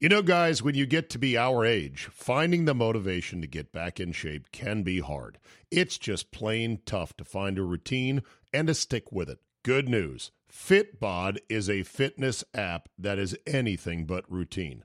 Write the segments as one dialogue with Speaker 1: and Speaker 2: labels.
Speaker 1: You know, guys, when you get to be our age, finding the motivation to get back in shape can be hard. It's just plain tough to find a routine and to stick with it. Good news Fitbod is a fitness app that is anything but routine.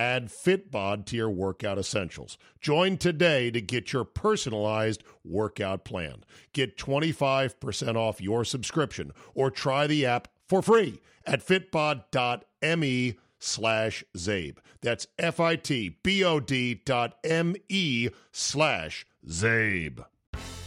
Speaker 1: Add Fitbod to your workout essentials. Join today to get your personalized workout plan. Get 25% off your subscription or try the app for free at fitbod.me slash Zabe. That's F-I-T-B-O-D dot M-E slash Zabe.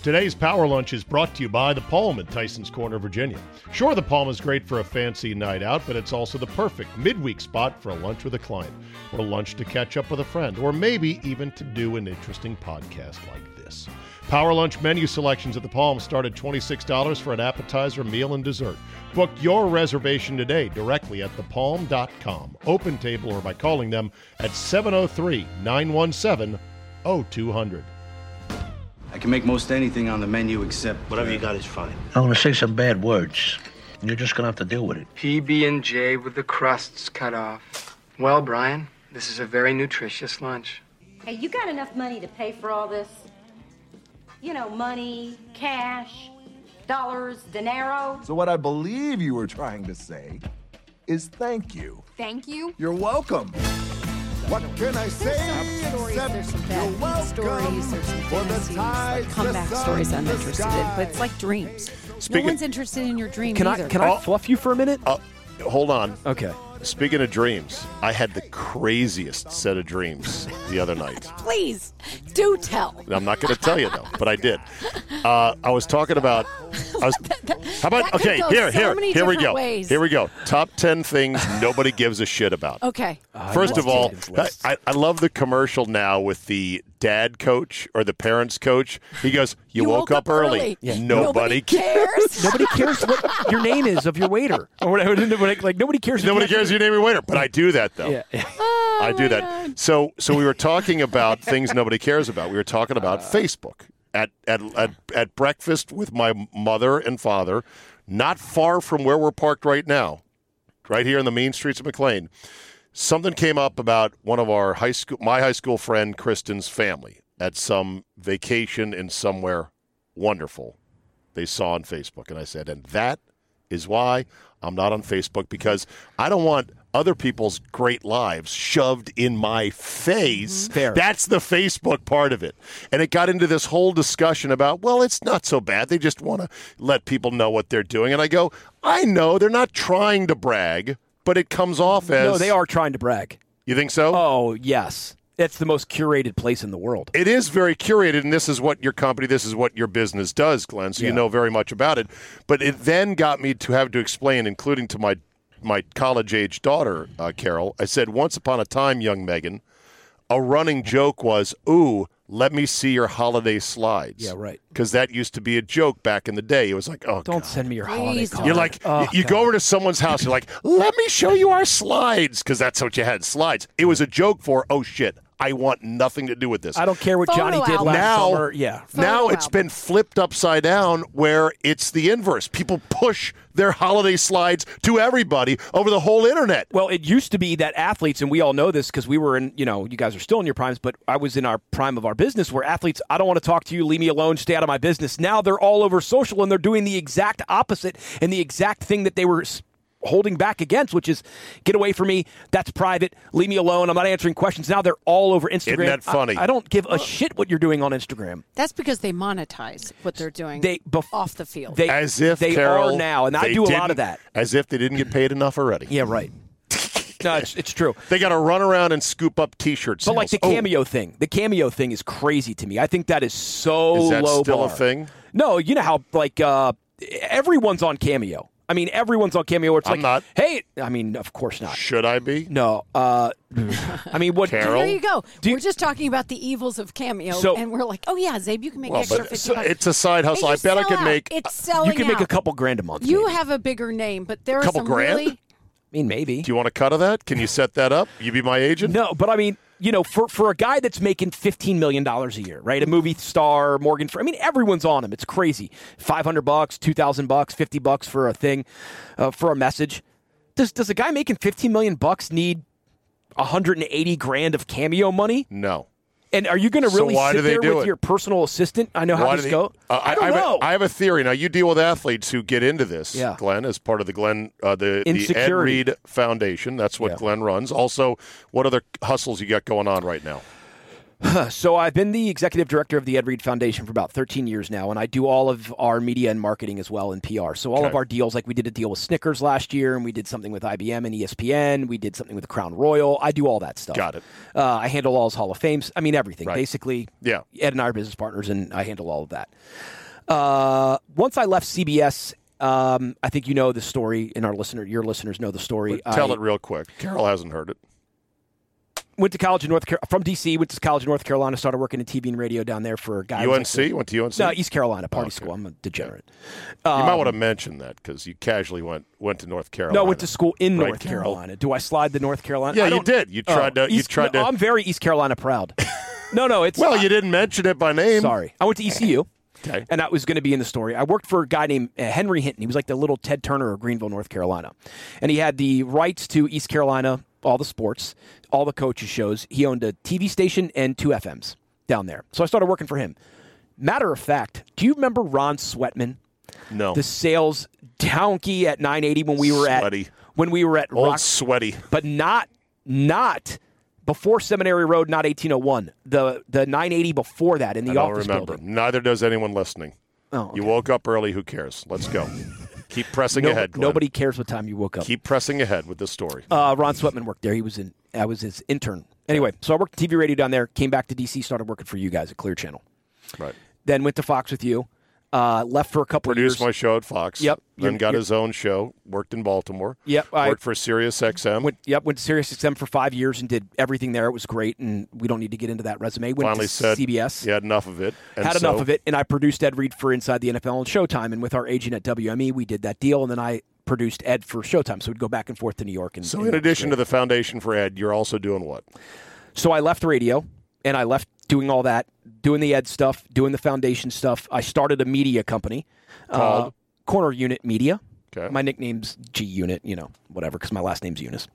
Speaker 1: Today's Power Lunch is brought to you by The Palm in Tyson's Corner, Virginia. Sure, The Palm is great for a fancy night out, but it's also the perfect midweek spot for a lunch with a client, or lunch to catch up with a friend, or maybe even to do an interesting podcast like this. Power Lunch menu selections at The Palm start at $26 for an appetizer, meal, and dessert. Book your reservation today directly at thepalm.com, open table, or by calling them at 703 917 0200.
Speaker 2: I can make most anything on the menu except uh, whatever you got is fine.
Speaker 3: I'm gonna say some bad words. You're just gonna have to deal with it.
Speaker 4: PB and J with the crusts cut off. Well, Brian, this is a very nutritious lunch.
Speaker 5: Hey, you got enough money to pay for all this? You know, money, cash, dollars, dinero.
Speaker 6: So, what I believe you were trying to say is thank you.
Speaker 7: Thank you.
Speaker 6: You're welcome. What can I say?
Speaker 7: some stories,
Speaker 6: except
Speaker 7: there's some
Speaker 6: you're
Speaker 7: bad
Speaker 6: welcome
Speaker 7: stories, there's some
Speaker 6: for the
Speaker 7: fantasies,
Speaker 6: tides,
Speaker 7: like
Speaker 6: the
Speaker 7: comeback
Speaker 6: sun,
Speaker 7: stories I'm
Speaker 6: the
Speaker 7: interested in,
Speaker 6: sky.
Speaker 7: but it's like dreams.
Speaker 8: Speaking-
Speaker 7: no one's interested in your dream
Speaker 8: Can
Speaker 7: either.
Speaker 8: I can I fluff you for a minute?
Speaker 1: Uh, hold on.
Speaker 8: okay.
Speaker 1: Speaking of dreams, I had the craziest set of dreams the other night.
Speaker 7: Please do tell.
Speaker 1: I'm not going to tell you though, but I did. Uh, I was talking about. I was, how
Speaker 7: that
Speaker 1: about
Speaker 7: could
Speaker 1: okay?
Speaker 7: go
Speaker 1: Here,
Speaker 7: so
Speaker 1: here,
Speaker 7: many
Speaker 1: here we
Speaker 7: different
Speaker 1: go.
Speaker 7: ways. Oh,
Speaker 1: Here we go. Top ten things nobody gives a shit about.
Speaker 7: Okay.
Speaker 1: First of all,
Speaker 8: Dickens
Speaker 1: I,
Speaker 8: list.
Speaker 1: I I love the commercial now with the dad coach or the parents coach. He goes, "You, woke, up, early.
Speaker 8: Yeah.
Speaker 1: Nobody, cares.
Speaker 7: cares.
Speaker 8: Nobody cares what your name is of your waiter or whatever. Like, like, nobody cares. if
Speaker 1: Nobody
Speaker 8: you
Speaker 1: cares your name or waiter." But I do that though.
Speaker 8: actually- Yeah.
Speaker 1: I do that. So so we were talking about things nobody cares about. We were talking about Facebook at at, at at breakfast with my mother and father, not far from where we're parked right now, right here in the mean streets of McLean. Something came up about one of our high school, my high school friend Kristen's family at some vacation in somewhere wonderful they saw on Facebook. And I said, and that is why I'm not on Facebook because I don't want other people's great lives shoved in my face.
Speaker 8: Mm-hmm. Fair.
Speaker 1: That's the Facebook part of it. And it got into this whole discussion about, well, it's not so bad. They just want to let people know what they're doing. And I go, I know they're not trying to brag, but it comes off as
Speaker 8: No, they are trying to brag.
Speaker 1: You think so?
Speaker 8: Oh yes, it's the most curated place in the world.
Speaker 1: it is very curated, and this is what your company, this is what your business does, Glenn. So you
Speaker 8: Yeah.
Speaker 1: know very much about it. But it then got me to have to explain, including to my my college age daughter, uh, Carol. I said, "Once upon a time, young Megan, a running joke was, ooh." Let me see your holiday slides.
Speaker 8: Yeah, right.
Speaker 1: Because that used to be a joke back in the day. It was like, oh,
Speaker 8: Don't
Speaker 1: God.
Speaker 8: send me your holiday
Speaker 7: Please
Speaker 8: card.
Speaker 1: You're like,
Speaker 8: Oh,
Speaker 1: y- you go over to someone's house, you're like, let me show you our slides, because that's what you had slides. It was a joke for, oh shit, I want nothing to do with this.
Speaker 8: I don't care what
Speaker 7: Photo
Speaker 8: Johnny did
Speaker 7: album.
Speaker 8: last
Speaker 1: Now-
Speaker 8: summer. Yeah.
Speaker 1: now
Speaker 7: Photo
Speaker 1: it's
Speaker 7: album.
Speaker 1: been flipped upside down where it's the inverse. People push their holiday slides to everybody over the whole internet.
Speaker 8: Well, it used to be that athletes, and we all know this because we were in, you know, you guys are still in your primes, but I was in our prime of our business where athletes, I don't want to talk to you, leave me alone, stay out of my business. Now they're all over social and they're doing the exact opposite and the exact thing that they were s- holding back against, which is get away from me. That's private. Leave me alone. I'm not answering questions. Now they're all over Instagram.
Speaker 1: that
Speaker 8: I-
Speaker 1: funny?
Speaker 8: I, don't give a shit what you're doing on Instagram.
Speaker 7: That's because they monetize what they're doing
Speaker 8: They bef-
Speaker 7: off the field.
Speaker 8: They,
Speaker 1: As if
Speaker 8: they
Speaker 1: Carol,
Speaker 8: are now, and I
Speaker 1: they
Speaker 8: do a lot
Speaker 1: didn't-
Speaker 8: of that.
Speaker 1: As if they didn't get paid enough already.
Speaker 8: Yeah, right. no, it's, it's true.
Speaker 1: They got to run around and scoop up T-shirts. Oh,
Speaker 8: But like the cameo thing, the cameo thing is crazy to me. I think that is so
Speaker 1: Is that
Speaker 8: low
Speaker 1: still a
Speaker 8: bar.
Speaker 1: thing?
Speaker 8: No, you know how like uh, everyone's on cameo. I mean, everyone's on Cameo. where It's
Speaker 1: I'm
Speaker 8: like,
Speaker 1: not.
Speaker 8: hey, I mean, of course not.
Speaker 1: Should I be?
Speaker 8: No, uh, I mean, what?
Speaker 1: Carol?
Speaker 7: There you go.
Speaker 8: Do you-
Speaker 7: we're just talking about the evils of Cameo,
Speaker 8: So-
Speaker 7: and we're like, oh yeah, Zabe, you can make
Speaker 1: Well,
Speaker 7: extra
Speaker 1: but
Speaker 7: fifty
Speaker 1: it's,
Speaker 7: bucks.
Speaker 1: it's a side hustle. I
Speaker 7: Hey,
Speaker 1: bet I
Speaker 7: sell
Speaker 1: could
Speaker 7: out.
Speaker 1: make.
Speaker 7: It's selling.
Speaker 8: You can make a
Speaker 7: out.
Speaker 8: couple grand a month.
Speaker 7: You
Speaker 8: maybe.
Speaker 7: have a bigger name, but there are
Speaker 1: Couple
Speaker 7: some
Speaker 1: grand?
Speaker 7: really.
Speaker 8: I mean, maybe.
Speaker 1: Do you want a cut of that? Can you set that up? You be my agent?
Speaker 8: No, but I mean, you know, for for a guy that's making fifteen million dollars a year, right? A movie star, Morgan. Fre- I mean, everyone's on him. It's crazy. Five hundred bucks, two thousand bucks, fifty bucks for a thing, uh, for a message. Does does a guy making fifteen million bucks need hundred and eighty grand of cameo money?
Speaker 1: No.
Speaker 8: And are you going to
Speaker 1: So
Speaker 8: really
Speaker 1: why
Speaker 8: sit
Speaker 1: do they
Speaker 8: there
Speaker 1: do
Speaker 8: with
Speaker 1: it?
Speaker 8: your personal assistant? I know how
Speaker 1: Why do
Speaker 8: this
Speaker 1: they-
Speaker 8: go.
Speaker 1: Uh,
Speaker 8: I don't
Speaker 1: have
Speaker 8: know.
Speaker 1: A, I have a theory. Now you deal with athletes who get into this,
Speaker 8: Yeah.
Speaker 1: Glenn, as part of the Glenn uh, the, the Ed
Speaker 8: Insecurity.
Speaker 1: Reed Foundation. That's what
Speaker 8: Yeah.
Speaker 1: Glenn runs. Also, what other hustles you got going on right now?
Speaker 8: So I've been the executive director of the Ed Reed Foundation for about 13 years now, and I do all of our media and marketing as well in PR. So all of
Speaker 1: Okay.
Speaker 8: our deals, like we did a deal with Snickers last year, and we did something with IBM and E ESPN, we did something with Crown Royal. I do all that stuff.
Speaker 1: Got it.
Speaker 8: Uh, I handle all his Hall of Fames. I mean everything,
Speaker 1: Right.
Speaker 8: basically.
Speaker 1: Yeah.
Speaker 8: Ed and I are business partners, and I handle all of that. Uh, once I left CBS. Um, I think you know the story, and our listener, your listeners know the story.
Speaker 1: Tell
Speaker 8: I-
Speaker 1: it real quick. Carol hasn't heard it.
Speaker 8: went to college in North Car- from DC. Went to college in North Carolina. Started working in TV and radio down there for guys. like
Speaker 1: UNC went to UNC.
Speaker 8: the- no, East Carolina party
Speaker 1: okay.
Speaker 8: school. I'm a degenerate. Um,
Speaker 1: you might want to mention that because you casually went went to North Carolina.
Speaker 8: No, I went to school in
Speaker 1: Right,
Speaker 8: North
Speaker 1: Carol?
Speaker 8: Carolina. Do I slide the North Carolina?
Speaker 1: Yeah,
Speaker 8: I
Speaker 1: you
Speaker 8: don't- Oh,
Speaker 1: did. You tried to- you
Speaker 8: East-
Speaker 1: tried
Speaker 8: no,
Speaker 1: to-
Speaker 8: I'm very East Carolina proud. no, no, it's
Speaker 1: Well, you didn't mention it by name.
Speaker 8: Sorry, I went to ECU.
Speaker 1: Okay.
Speaker 8: And that was going to be in the story. I worked for a guy named uh, Henry Hinton. He was like the little Ted Turner of Greenville, North Carolina. And he had the rights to East Carolina, all the sports, all the coaches' shows. He owned a TV station and two FMs down there. So I started working for him. Matter of fact, do you remember Ron Sweatman,
Speaker 1: No.
Speaker 8: the sales donkey at 980 when we were
Speaker 1: Sweaty.
Speaker 8: at when we were at
Speaker 1: Old
Speaker 8: Rock,
Speaker 1: sweaty.
Speaker 8: but not not before Seminary Road, not 1801. The the 980 before that in the
Speaker 1: I don't
Speaker 8: office
Speaker 1: remember.
Speaker 8: building.
Speaker 1: Neither does anyone listening.
Speaker 8: Oh, okay.
Speaker 1: You woke up early. Who cares? Let's go. Keep pressing
Speaker 8: No-
Speaker 1: ahead. Glenn.
Speaker 8: nobody cares what time you woke up.
Speaker 1: Keep pressing ahead with this story.
Speaker 8: uh, Ron Sweatman worked there. He was in. I was his intern. Anyway, so I worked TV radio down there. Came back to DC. Started working for you guys at Clear Channel.
Speaker 1: right.
Speaker 8: Then went to Fox with you. Uh, left for a couple
Speaker 1: Produced
Speaker 8: years.
Speaker 1: my show at Fox.
Speaker 8: Yep.
Speaker 1: Then
Speaker 8: You're-
Speaker 1: got
Speaker 8: you're-
Speaker 1: his own show. Worked in Baltimore.
Speaker 8: Yep, I-
Speaker 1: worked for Sirius XM.
Speaker 8: went yep went to Sirius XM for five years and did everything there. It was great, and we don't need to get into that resume. Went
Speaker 1: finally
Speaker 8: to
Speaker 1: said
Speaker 8: CBS.
Speaker 1: You had enough of it. And
Speaker 8: had
Speaker 1: so-
Speaker 8: enough of it, and I produced Ed Reed for Inside the NFL and Showtime, and with our agent at WME, we did that deal, and then I produced Ed for Showtime, so we'd go back and forth to New York. And
Speaker 1: So
Speaker 8: and
Speaker 1: in
Speaker 8: that was
Speaker 1: addition to
Speaker 8: great.
Speaker 1: the foundation for Ed, you're also doing what?
Speaker 8: So I left radio and I left doing all that, doing the ed stuff, doing the foundation stuff. I started a media company uh,
Speaker 1: Called?
Speaker 8: Corner Unit Media.
Speaker 1: Okay.
Speaker 8: My nickname's G Unit, you know, whatever, because my last name's Eunice.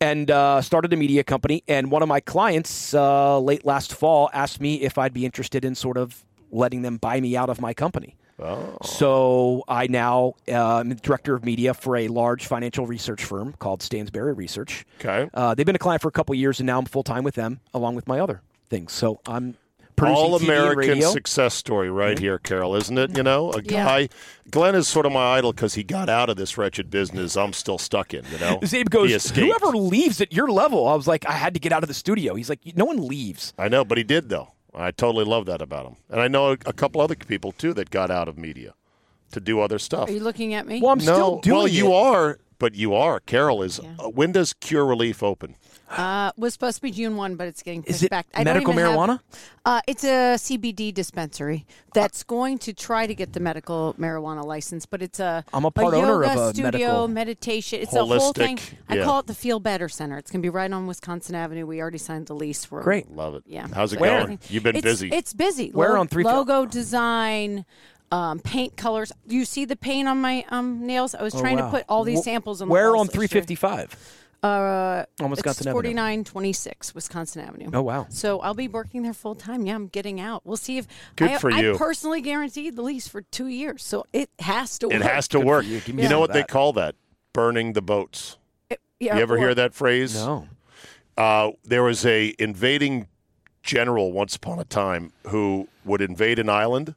Speaker 8: And uh, started a media company. And one of my clients uh, late last fall asked me if I'd be interested in sort of letting them buy me out of my company.
Speaker 1: Oh.
Speaker 8: So I now uh, am the director of media for a large financial research firm called Stansberry Research.
Speaker 1: Okay.
Speaker 8: Uh, they've been a client for a couple of years, and now I'm full time with them, along with my other things. So I'm producing
Speaker 1: All
Speaker 8: TV and
Speaker 1: American
Speaker 8: radio. Mm-hmm.
Speaker 1: success story right here, Carol, isn't it? You know, a guy. Glenn is sort of my idol because he got out of this wretched business. I'm still stuck in. You know,
Speaker 8: Zabe
Speaker 1: He
Speaker 8: goes,
Speaker 1: escaped.
Speaker 8: whoever leaves at your level, I was like, I had to get out of the studio. He's like, no one leaves.
Speaker 1: I know, but he did though. I totally love that about him, and I know a, a couple other people too that got out of media to do other stuff.
Speaker 7: Are you looking at me?
Speaker 8: Well, I'm still
Speaker 1: no,
Speaker 8: doing
Speaker 1: well, you
Speaker 8: it.
Speaker 1: are, but you are. Carol is. Uh, when does Cure Relief open?
Speaker 7: uh, was supposed to be June one, but it's getting pushed
Speaker 8: Is it
Speaker 7: back.
Speaker 8: medical
Speaker 7: even have-
Speaker 8: marijuana?
Speaker 7: uh, it's a CBD dispensary that's going to try to get the medical marijuana license, but it's a
Speaker 8: I'm a part owner of
Speaker 7: yoga
Speaker 8: a
Speaker 7: studio
Speaker 8: medical-
Speaker 7: meditation. It's a whole
Speaker 1: Holistic,
Speaker 7: thing. I
Speaker 1: yeah.
Speaker 7: call it the Feel Better Center. It's going to be right on Wisconsin Avenue. We already signed the lease. We're
Speaker 8: Great.
Speaker 1: Love it.
Speaker 7: Yeah.
Speaker 1: How's it
Speaker 7: So
Speaker 1: going?
Speaker 7: everything-
Speaker 1: You've been
Speaker 7: It's-
Speaker 1: busy.
Speaker 7: It's busy.
Speaker 8: Where
Speaker 7: Lo-
Speaker 8: on three-
Speaker 7: logo design, um, paint colors. You see the paint on my um, nails? I was trying to put all these samples on. the
Speaker 8: Oh, Where
Speaker 7: walls
Speaker 8: on
Speaker 7: last year.
Speaker 8: 355?
Speaker 7: Uh,
Speaker 8: On Wisconsin
Speaker 7: it's
Speaker 8: Avenue.
Speaker 7: 4926 Wisconsin Avenue.
Speaker 8: Oh, wow.
Speaker 7: So I'll be working there full time. Yeah, I'm getting out. We'll see if
Speaker 1: Good
Speaker 7: I,
Speaker 1: for
Speaker 7: I
Speaker 1: you.
Speaker 7: personally guaranteed the lease for two years, so it has to.
Speaker 1: it
Speaker 7: work.
Speaker 1: has to
Speaker 8: Good for
Speaker 1: work.
Speaker 8: you.
Speaker 1: You,
Speaker 8: Give me some
Speaker 1: know
Speaker 8: of
Speaker 1: what they
Speaker 8: that.
Speaker 1: call that? Burning the boats.
Speaker 7: Yeah,
Speaker 1: you ever
Speaker 7: or-
Speaker 1: hear that phrase?
Speaker 8: No.
Speaker 1: Uh, there was a invading general once upon a time who would invade an island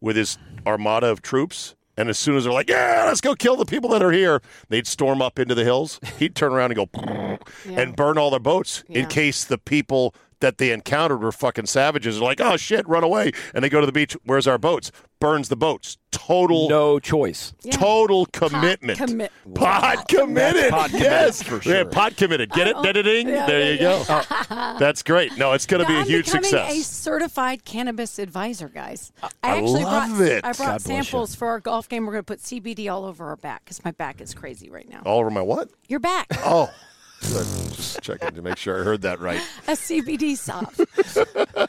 Speaker 1: with his armada of troops. And as soon as they're like, yeah, let's go kill the people that are here, they'd storm up into the hills. He'd turn around and go and burn all their boats in
Speaker 7: Yeah.
Speaker 1: case the people that they encountered were fucking savages. They're like, oh shit, run away. And they go to the beach. Where's our boats? Burns the boats. total
Speaker 8: No choice.
Speaker 1: total commitment.
Speaker 7: commit-
Speaker 1: pod committed.
Speaker 8: Pod committed,
Speaker 1: yes,
Speaker 8: for
Speaker 1: Yeah,
Speaker 8: sure.
Speaker 1: pod committed. Get it? Da-da-ding. there you go. That's great. No, it's going to be a
Speaker 7: I'm
Speaker 1: huge
Speaker 7: becoming
Speaker 1: success.
Speaker 7: A certified cannabis advisor, guys. I,
Speaker 1: I
Speaker 7: actually
Speaker 1: love
Speaker 7: brought
Speaker 1: it.
Speaker 7: I
Speaker 1: God
Speaker 7: brought
Speaker 1: bless you.
Speaker 7: samples for our golf game. We're going to put CBD all over our back because my back is crazy right now.
Speaker 1: All over my what?
Speaker 7: Your back,
Speaker 1: Oh. Good. Just checking to make sure I heard that right.
Speaker 7: a CBD sop.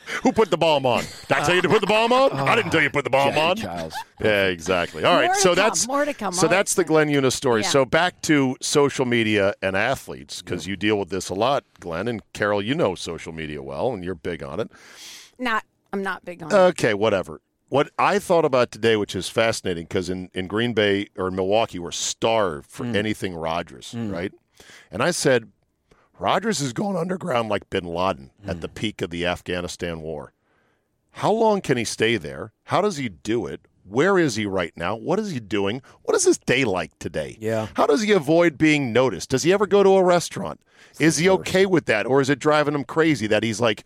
Speaker 1: Who put the bomb on? Did I tell you to put the bomb on? I didn't tell you to put the bomb on.
Speaker 8: Childs.
Speaker 1: Yeah, exactly. All right,
Speaker 7: More to
Speaker 1: so
Speaker 7: come,
Speaker 1: that's
Speaker 7: more to come.
Speaker 1: So
Speaker 7: All right.
Speaker 1: that's the Glenn Eunice story.
Speaker 7: Yeah.
Speaker 1: So back to social media and athletes because you deal with this a lot, Glenn and Carol. You know social media well, and you're big on it.
Speaker 7: Not, I'm not big on. it.
Speaker 1: Okay, whatever. What I thought about today, which is fascinating, because in, in Green Bay or Milwaukee, we're starved
Speaker 7: Hmm.
Speaker 1: for anything Rodgers, right? And I said, Rodgers has gone underground like bin Laden at the peak of the Afghanistan war. How long can he stay there? How does he do it? Where is he right now? What is he doing? What is his day like today?
Speaker 8: Yeah.
Speaker 1: How does he avoid being noticed? Does he ever go to a restaurant? Is he okay with that? Or is it driving him crazy that he's like,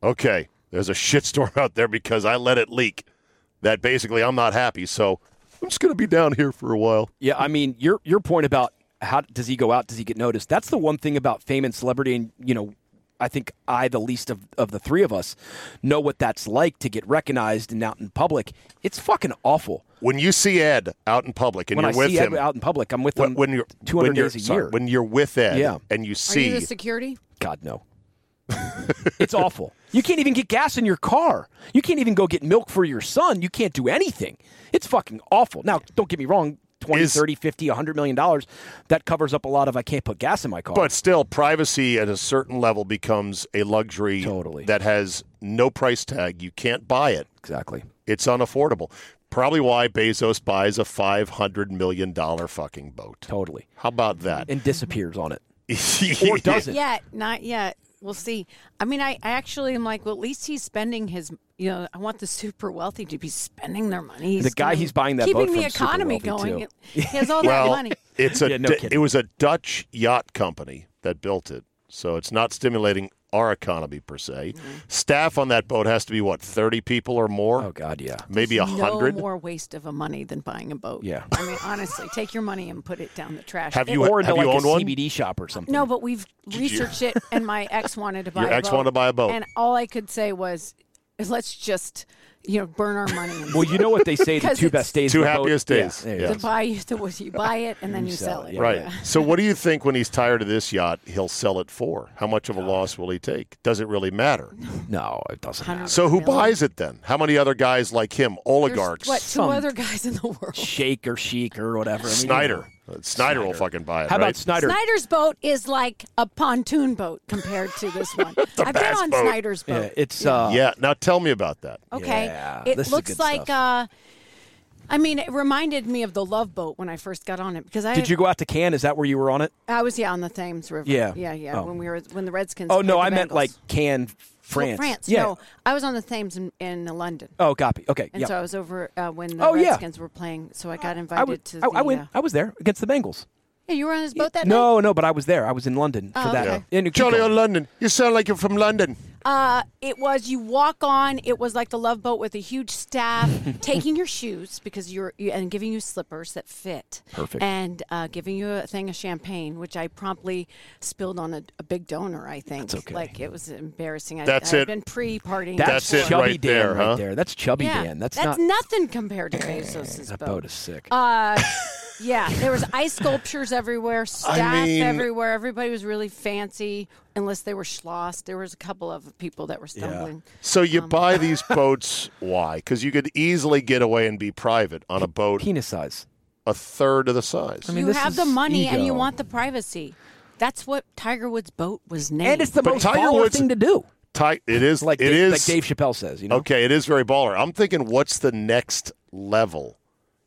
Speaker 1: okay, there's a shitstorm out there because I let it leak that basically I'm not happy. So I'm just going to be down here for a while.
Speaker 8: Yeah, I mean your your point about how does he go out? Does he get noticed? That's the one thing about fame and celebrity, and you know, I think I, the least of, of the three of us, know what that's like to get recognized and out in public. It's fucking awful.
Speaker 1: When you see Ed out in public and
Speaker 8: when I
Speaker 1: you're with
Speaker 8: see
Speaker 1: him,
Speaker 8: Ed out in public, I'm with
Speaker 1: when,
Speaker 8: him
Speaker 1: when you're
Speaker 8: two hundred
Speaker 1: when you're-
Speaker 8: days a
Speaker 1: sorry,
Speaker 8: year.
Speaker 1: when you're with Ed
Speaker 8: Yeah.
Speaker 1: and you
Speaker 7: Are you
Speaker 1: see
Speaker 7: the security?
Speaker 8: God no. it's awful. You can't even get gas in your car. You can't even go get milk for your son. You can't do anything. It's fucking awful. Now, don't get me wrong, 20,
Speaker 1: Is-
Speaker 8: 30, 50, 100 million dollars, that covers up a lot of I can't put gas in my car.
Speaker 1: But still, privacy at a certain level becomes a luxury
Speaker 8: Totally.
Speaker 1: that has no price tag. You can't buy it.
Speaker 8: exactly.
Speaker 1: It's unaffordable. Probably why Bezos buys a five hundred million dollar fucking boat.
Speaker 8: Totally.
Speaker 1: How about that?
Speaker 8: And disappears on it.
Speaker 1: or
Speaker 8: does it?
Speaker 7: Yet, not yet. We'll see. I mean, I, I actually am like, well, at least he's spending his. You know, I want the super wealthy to be spending their money.
Speaker 8: The guy
Speaker 7: gonna-
Speaker 8: he's buying that
Speaker 7: keeping
Speaker 8: boat
Speaker 7: the
Speaker 8: from is super
Speaker 7: economy
Speaker 8: wealthy,
Speaker 7: going.
Speaker 8: too.
Speaker 7: He has all that
Speaker 1: Well,
Speaker 7: money.
Speaker 1: it's a
Speaker 8: Yeah, no
Speaker 1: Du-
Speaker 8: kidding.
Speaker 1: it was a Dutch yacht company that built it, so it's not stimulating our economy per se.
Speaker 7: Mm-hmm.
Speaker 1: Staff on that boat has to be what thirty people or more,
Speaker 8: Oh, God, yeah.
Speaker 1: maybe a hundred.
Speaker 7: No more waste of a money than buying a boat.
Speaker 8: Yeah.
Speaker 7: I mean, honestly, take your money and put it down the trash.
Speaker 1: Have
Speaker 7: It-
Speaker 1: you e-
Speaker 8: or
Speaker 1: have
Speaker 8: into
Speaker 1: you
Speaker 8: like
Speaker 1: owned
Speaker 8: a
Speaker 1: one?
Speaker 8: CBD shop or something.
Speaker 7: No, but we've researched it, and my ex wanted to buy.
Speaker 1: Your
Speaker 7: a
Speaker 1: ex
Speaker 7: boat,
Speaker 1: wanted to buy a boat.
Speaker 7: and all I could say was, "Let's just, you know, burn our money." and
Speaker 8: Well, you know what they say the
Speaker 7: 'Cause
Speaker 8: two
Speaker 7: it's-
Speaker 8: best days
Speaker 1: Two
Speaker 8: of a boat-
Speaker 1: happiest
Speaker 8: Yeah,
Speaker 1: days.
Speaker 8: there you
Speaker 1: Yeah.
Speaker 8: go.
Speaker 7: to buy you, to, you buy it and then you, sell,
Speaker 8: sell it,
Speaker 7: it.
Speaker 8: yeah.
Speaker 1: Right. So, what do you think when he's tired of this yacht, he'll sell it for? How much of a loss will he take? Does it really matter?
Speaker 8: No, it doesn't matter.
Speaker 1: So, who
Speaker 7: Really?
Speaker 1: buys it then? How many other guys like him,
Speaker 7: There's,
Speaker 1: oligarchs?
Speaker 7: What two
Speaker 8: Some-
Speaker 7: other guys in the world?
Speaker 8: Shake or chic or whatever. I mean, you know.
Speaker 1: Snyder. Snyder. will fucking buy it.
Speaker 8: How
Speaker 1: right?
Speaker 8: about Snyder?
Speaker 7: Snyder's boat is like a pontoon boat compared to this one. I've been
Speaker 1: best
Speaker 7: on
Speaker 1: boat.
Speaker 7: Snyder's boat.
Speaker 8: Yeah, it's uh,
Speaker 1: Yeah. Now, tell me about that.
Speaker 7: Okay.
Speaker 8: Yeah,
Speaker 7: it
Speaker 8: this is
Speaker 7: looks
Speaker 8: good
Speaker 7: like
Speaker 8: stuff.
Speaker 7: uh I mean it reminded me of the love boat when I first got on it because I
Speaker 8: Did you go out to Cannes? Is that where you were on it?
Speaker 7: I was yeah on the Thames River.
Speaker 8: Yeah.
Speaker 7: Yeah, yeah.
Speaker 8: Oh.
Speaker 7: When we were when the Redskins
Speaker 8: Oh no,
Speaker 7: played the
Speaker 8: I meant
Speaker 7: Bengals.
Speaker 8: like Cannes, France.
Speaker 7: Well, France.
Speaker 8: Yeah.
Speaker 7: No. I was on the Thames in, in London.
Speaker 8: Oh, copy. Okay.
Speaker 7: And
Speaker 8: yeah.
Speaker 7: so I was over uh, when the
Speaker 8: Oh, yeah.
Speaker 7: Redskins were playing, so I got invited
Speaker 8: I was.
Speaker 7: to
Speaker 8: I,
Speaker 7: the
Speaker 8: I went.
Speaker 7: uh,
Speaker 8: I was there against the Bengals.
Speaker 7: Yeah, you were on his boat that night?
Speaker 8: No, no, but I was there. I was in London for
Speaker 7: Oh,
Speaker 8: that.
Speaker 7: okay.
Speaker 8: And keep
Speaker 1: Charlie
Speaker 8: going.
Speaker 1: on London. You sound like you're from London.
Speaker 7: Uh, it was you walk on. It was like the love boat with a huge staff, taking your shoes because you're you- and giving you slippers that fit.
Speaker 8: Perfect.
Speaker 7: And uh, giving you a thing of champagne, which I promptly spilled on a, a big donor. I think.
Speaker 8: That's okay.
Speaker 7: Like it was embarrassing. I,
Speaker 1: That's
Speaker 7: I'd
Speaker 1: it.
Speaker 7: Been pre-partying.
Speaker 8: that's
Speaker 1: That's it
Speaker 8: chubby
Speaker 1: right
Speaker 8: Dan
Speaker 1: there,
Speaker 8: right
Speaker 1: huh?
Speaker 8: there. That's chubby
Speaker 7: Yeah,
Speaker 8: Dan. That's, not.
Speaker 7: nothing compared to Bezos's
Speaker 8: that
Speaker 7: boat.
Speaker 8: boat is sick.
Speaker 7: Uh, yeah, there was ice sculptures everywhere, staff
Speaker 1: mean-
Speaker 7: everywhere. Everybody was really fancy, unless they were schloss. There was a couple of people that were stumbling.
Speaker 1: So you
Speaker 7: Um,
Speaker 1: buy these boats? Why? Because you could easily get away and be private on a boat
Speaker 8: Penis size.
Speaker 1: a third of the size.
Speaker 8: mean,
Speaker 7: you
Speaker 8: this
Speaker 7: have
Speaker 8: is
Speaker 7: the money and you
Speaker 8: ego.
Speaker 7: want the privacy. That's what Tiger Woods' boat was named.
Speaker 8: And it's the
Speaker 1: But
Speaker 8: most
Speaker 1: Tiger
Speaker 8: baller
Speaker 1: Woods-
Speaker 8: thing to do.
Speaker 1: Tight. It is
Speaker 8: Like
Speaker 1: it
Speaker 8: Dave,
Speaker 1: is
Speaker 8: like Dave Chappelle says. You know.
Speaker 1: Okay, it is very baller. I'm thinking, what's the next level?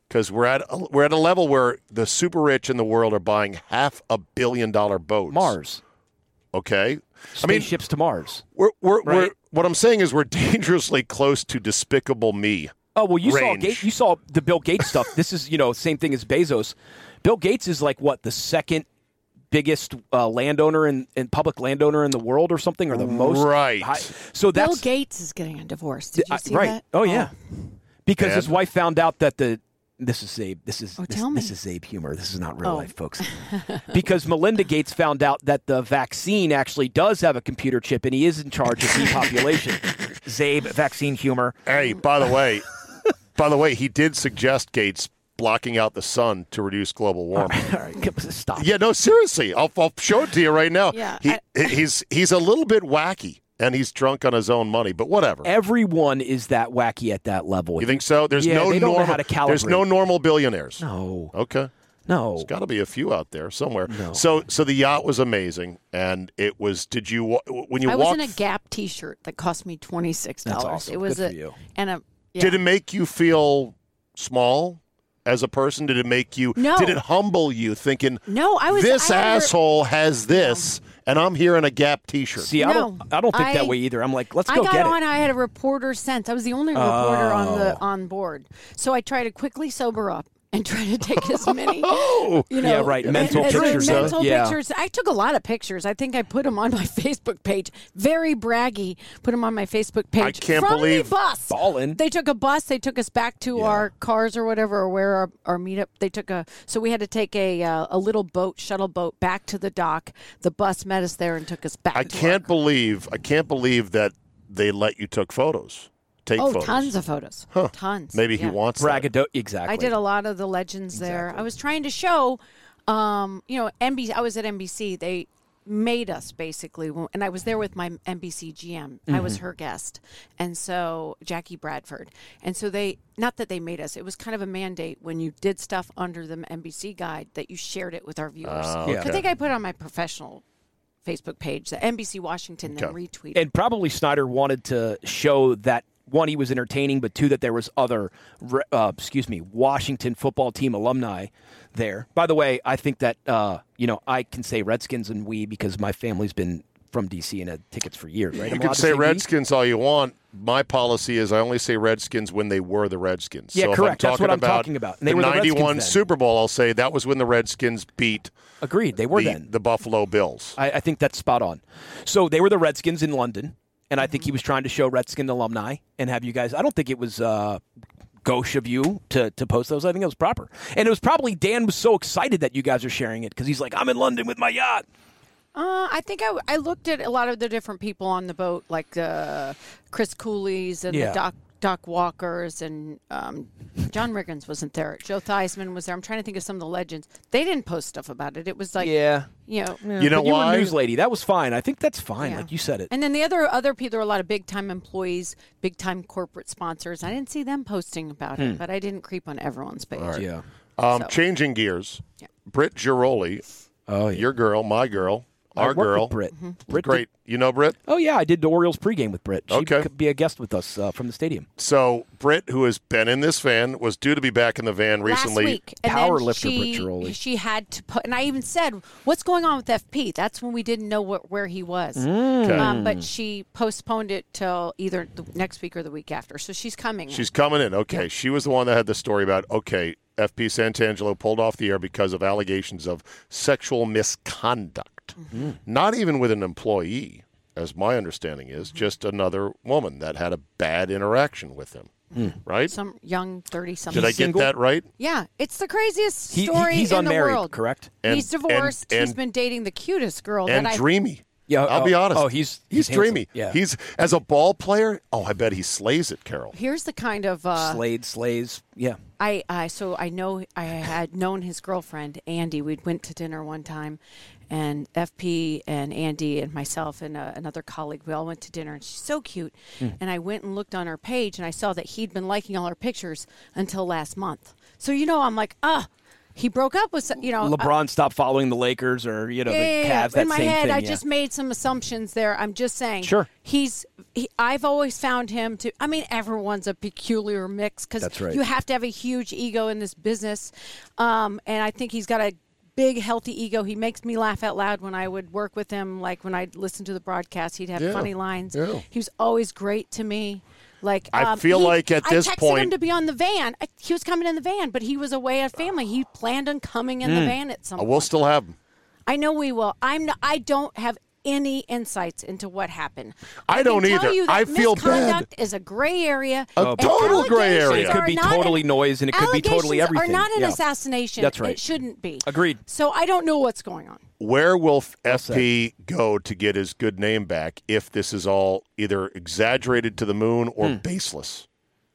Speaker 1: Because we're at a, we're at a level where the super rich in the world are buying half a billion dollar boats.
Speaker 8: Mars.
Speaker 1: Okay, I mean,
Speaker 8: Spaceships to Mars.
Speaker 1: we're, we're, we're
Speaker 8: Right.
Speaker 1: what I'm saying is we're dangerously close to despicable me.
Speaker 8: Oh well, you
Speaker 1: range.
Speaker 8: saw Ga- you saw the Bill Gates stuff. this is you know same thing as Bezos. Bill Gates is like what the second biggest uh, landowner and in, public landowner in the world or something, or the most
Speaker 1: Right.
Speaker 8: high- So
Speaker 7: Bill
Speaker 8: that's
Speaker 7: Gates is getting a divorce. Did you
Speaker 8: I-
Speaker 7: see
Speaker 8: right.
Speaker 7: that? Oh.
Speaker 8: Oh yeah, because his
Speaker 1: And-
Speaker 8: wife found out that the This is Zabe. This is
Speaker 7: Oh,
Speaker 8: this,
Speaker 7: tell me.
Speaker 8: this is Zabe humor. This is not real
Speaker 7: Oh.
Speaker 8: life, folks. because Melinda Gates found out that the vaccine actually does have a computer chip, and he is in charge of depopulation. Zabe vaccine humor.
Speaker 1: Hey, by the way, by the way, he did suggest Gates blocking out the sun to reduce global warming.
Speaker 8: All right, come- stop.
Speaker 1: Yeah, no, seriously, I'll, I'll show it to you right now.
Speaker 7: Yeah,
Speaker 1: he,
Speaker 7: I-
Speaker 1: he's he's a little bit wacky, and he's drunk on his own money, but whatever.
Speaker 8: Everyone is that wacky at that level.
Speaker 1: You think so? There's
Speaker 8: Yeah,
Speaker 1: no
Speaker 8: they don't know
Speaker 1: normal.
Speaker 8: how to
Speaker 1: There's no
Speaker 8: calibrate.
Speaker 1: normal billionaires.
Speaker 8: No, Oh.
Speaker 1: Okay.
Speaker 8: no.
Speaker 1: There's got to be a few out there somewhere. So, so the yacht was amazing, and it was. Did you wa- when you
Speaker 7: I was
Speaker 1: walked?
Speaker 7: in a Gap T-shirt that cost me twenty six dollars.
Speaker 8: That's awesome.
Speaker 7: It was
Speaker 8: Good
Speaker 7: a
Speaker 8: for you.
Speaker 7: and a yeah.
Speaker 1: Did it make you feel small as a person? Did it make you?
Speaker 7: No.
Speaker 1: Did it humble you? Thinking
Speaker 7: no. I was
Speaker 1: this
Speaker 7: I had a-
Speaker 1: asshole has this, and I'm here in a Gap T-shirt.
Speaker 8: See, I don't.
Speaker 7: No.
Speaker 8: I don't think
Speaker 7: I-
Speaker 8: that way either. I'm like, let's
Speaker 7: I
Speaker 8: go
Speaker 7: got
Speaker 8: get
Speaker 7: on.
Speaker 8: it. Oh.
Speaker 7: I had a reporter sense. I was the only reporter on the on board. So I tried to quickly sober up and try to take as many. You know,
Speaker 8: Yeah, right, mental
Speaker 7: as many
Speaker 8: pictures, huh?
Speaker 7: Mental
Speaker 8: Yeah.
Speaker 7: pictures. I took a lot of pictures. I think I put them on my Facebook page. Very braggy. Put them on my Facebook page.
Speaker 1: can't
Speaker 7: from
Speaker 1: believe-
Speaker 7: the bus.
Speaker 8: Ballin'.
Speaker 7: They took a bus. They took us back to our cars or whatever, or where our, our meetup. They took a. So we had to take a uh, a little boat, shuttle boat, back to the dock. The bus met us there and took us back.
Speaker 1: I
Speaker 7: to our
Speaker 1: can't believe. I can't believe that they let you took photos. Take
Speaker 7: Oh,
Speaker 1: photos.
Speaker 7: tons of photos. Tons.
Speaker 1: Maybe he
Speaker 7: Yeah.
Speaker 1: wants that.
Speaker 8: Braggado- exactly.
Speaker 7: I did a lot of the legends there. I was trying to show, um, you know, NBC. I was at NBC. They made us basically, when- and I was there with my NBC GM. I was her guest, and so Jackie Bradford. And so they, not that they made us. It was kind of a mandate when you did stuff under the NBC guide that you shared it with our viewers.
Speaker 8: Yeah.
Speaker 7: I think I put on my professional Facebook page, the NBC Washington, then
Speaker 1: Okay.
Speaker 7: retweeted.
Speaker 8: and probably Snyder wanted to show that one he was entertaining, but two that there was other, re- uh, excuse me, Washington football team alumni there. By the way, I think that uh, you know I can say Redskins and we because my family's been from DC and had tickets for years. Right?
Speaker 1: You
Speaker 8: I'm
Speaker 1: can
Speaker 8: allowed to
Speaker 1: say
Speaker 8: we?
Speaker 1: Redskins all you want. My policy is I only say Redskins when they were the Redskins.
Speaker 8: Yeah,
Speaker 1: so
Speaker 8: correct.
Speaker 1: If I'm
Speaker 8: That's
Speaker 1: talking
Speaker 8: what I'm
Speaker 1: about
Speaker 8: talking about. And they
Speaker 1: the
Speaker 8: were the Redskins
Speaker 1: 91
Speaker 8: then.
Speaker 1: Super Bowl, I'll say that was when the Redskins beat
Speaker 8: Agreed, they were
Speaker 1: the,
Speaker 8: then.
Speaker 1: the Buffalo Bills.
Speaker 8: I, I think that's spot on. So they were the Redskins in London, and I think he was trying to show Redskin alumni and have you guys. I don't think it was uh, gauche of you to, to post those. I think it was proper, and it was probably Dan was so excited that you guys are sharing it because he's like, I'm in London with my yacht.
Speaker 7: Uh, I think I, I looked at a lot of the different people on the boat, like uh, Chris Cooley's and
Speaker 8: Yeah.
Speaker 7: the Doc Doc Walkers and um, John Riggins wasn't there. Joe Theismann was there. I'm trying to think of some of the legends. They didn't post stuff about it. It was like,
Speaker 8: Yeah.
Speaker 7: you know.
Speaker 1: you know
Speaker 8: but you were
Speaker 1: why?
Speaker 8: a news lady. That was fine. I think that's fine.
Speaker 7: yeah.
Speaker 8: Like you said it.
Speaker 7: And then the other other people, there were a lot of big time employees, big time corporate sponsors. I didn't see them posting about
Speaker 8: Hmm.
Speaker 7: it, but I didn't creep on everyone's page.
Speaker 8: yeah.
Speaker 1: um, Changing gears. Britt Giroli,
Speaker 8: Oh yeah.
Speaker 1: your girl, my girl,
Speaker 8: I
Speaker 1: our
Speaker 8: worked with
Speaker 1: girl.
Speaker 8: Britt.
Speaker 7: Mm-hmm.
Speaker 8: Britt did-
Speaker 1: Great. You know Britt?
Speaker 8: oh yeah. I did the Orioles pregame with Britt. She
Speaker 1: Okay.
Speaker 8: could be a guest with us uh, from the stadium.
Speaker 1: So Britt, who has been in this van, was due to be back in the van recently.
Speaker 7: last week. And
Speaker 8: Power
Speaker 7: then
Speaker 8: lifter
Speaker 7: she,
Speaker 8: Picciaroli.
Speaker 7: She had to put, and I even said, "What's going on with FP?" That's when we didn't know what, where he was.
Speaker 8: Hmm.
Speaker 1: Okay.
Speaker 7: Um, but she postponed it till either the next week or the week after. So she's coming.
Speaker 1: She's coming in. Okay. She was the one that had the story about, okay, FP Santangelo pulled off the air because of allegations of sexual misconduct.
Speaker 8: Mm-hmm.
Speaker 1: Not even with an employee, as my understanding is,
Speaker 8: Mm-hmm.
Speaker 1: just another woman that had a bad interaction with him. Right?
Speaker 7: some young thirty something.
Speaker 1: Did I
Speaker 8: Mm. single?
Speaker 1: get that right?
Speaker 7: Yeah, it's the craziest
Speaker 8: He- he-
Speaker 7: story
Speaker 8: he's
Speaker 7: in
Speaker 8: unmarried,
Speaker 7: the world.
Speaker 8: correct?
Speaker 1: And-
Speaker 7: he's divorced.
Speaker 1: and-
Speaker 7: he's
Speaker 1: and-
Speaker 7: been dating the cutest girl
Speaker 1: And
Speaker 7: that I.
Speaker 1: dreamy.
Speaker 8: Yeah,
Speaker 1: I'll
Speaker 8: oh,
Speaker 1: be honest.
Speaker 8: oh, he's-
Speaker 1: he's,
Speaker 8: he's handsome.
Speaker 1: dreamy.
Speaker 8: Yeah.
Speaker 1: He's as a ball player. Oh, I bet he slays it, Carol.
Speaker 7: Here's the kind of uh,
Speaker 8: Slade, Slays. Yeah.
Speaker 7: I, I so I know I had known his girlfriend Andy. We went to dinner one time, and FP and Andy and myself and uh, another colleague we all went to dinner, and she's so cute. And I went and looked on her page, and I saw that he'd been liking all her pictures until last month. So you know, I'm like, ah, he broke up with some- you know. uh,
Speaker 8: LeBron stopped following the Lakers or you know the Cavs. That
Speaker 7: in my
Speaker 8: same
Speaker 7: head,
Speaker 8: thing.
Speaker 7: I
Speaker 8: yeah.
Speaker 7: just made some assumptions there. I'm just saying.
Speaker 8: Sure.
Speaker 7: He's. He, I've always found him to. I mean, everyone's a peculiar mix because
Speaker 8: That's right.
Speaker 7: you have to have a huge ego in this business, um, and I think he's got a big healthy ego. He makes me laugh out loud when I would work with him. Like when I listened to the broadcast, he'd have
Speaker 1: Yeah.
Speaker 7: funny lines.
Speaker 1: Yeah.
Speaker 7: He was always great to me. Like
Speaker 1: I
Speaker 7: um,
Speaker 1: feel
Speaker 7: he-
Speaker 1: like at this
Speaker 7: I texted him
Speaker 1: point-
Speaker 7: to be on the van. I, he was coming in the van, but he was away at family. He
Speaker 1: Hmm.
Speaker 7: planned on coming in the van at some.
Speaker 1: I will still have him.
Speaker 7: I know we will. I'm. Not, I don't have any insights into what happened.
Speaker 1: I don't
Speaker 7: can
Speaker 1: either.
Speaker 7: Tell you that
Speaker 1: I feel bad.
Speaker 7: misconduct is a gray area.
Speaker 1: A
Speaker 7: and
Speaker 1: total gray
Speaker 7: allegations
Speaker 1: area.
Speaker 8: It could
Speaker 7: are
Speaker 8: be
Speaker 7: not an-
Speaker 8: totally noise and it could be totally
Speaker 7: allegations
Speaker 8: everything.
Speaker 7: Are not an
Speaker 8: Yeah.
Speaker 7: assassination.
Speaker 8: That's right.
Speaker 7: It shouldn't be.
Speaker 8: Agreed.
Speaker 7: So I don't know what's going on.
Speaker 1: Where will FP go to get his good name back if this is all either exaggerated to the moon or baseless?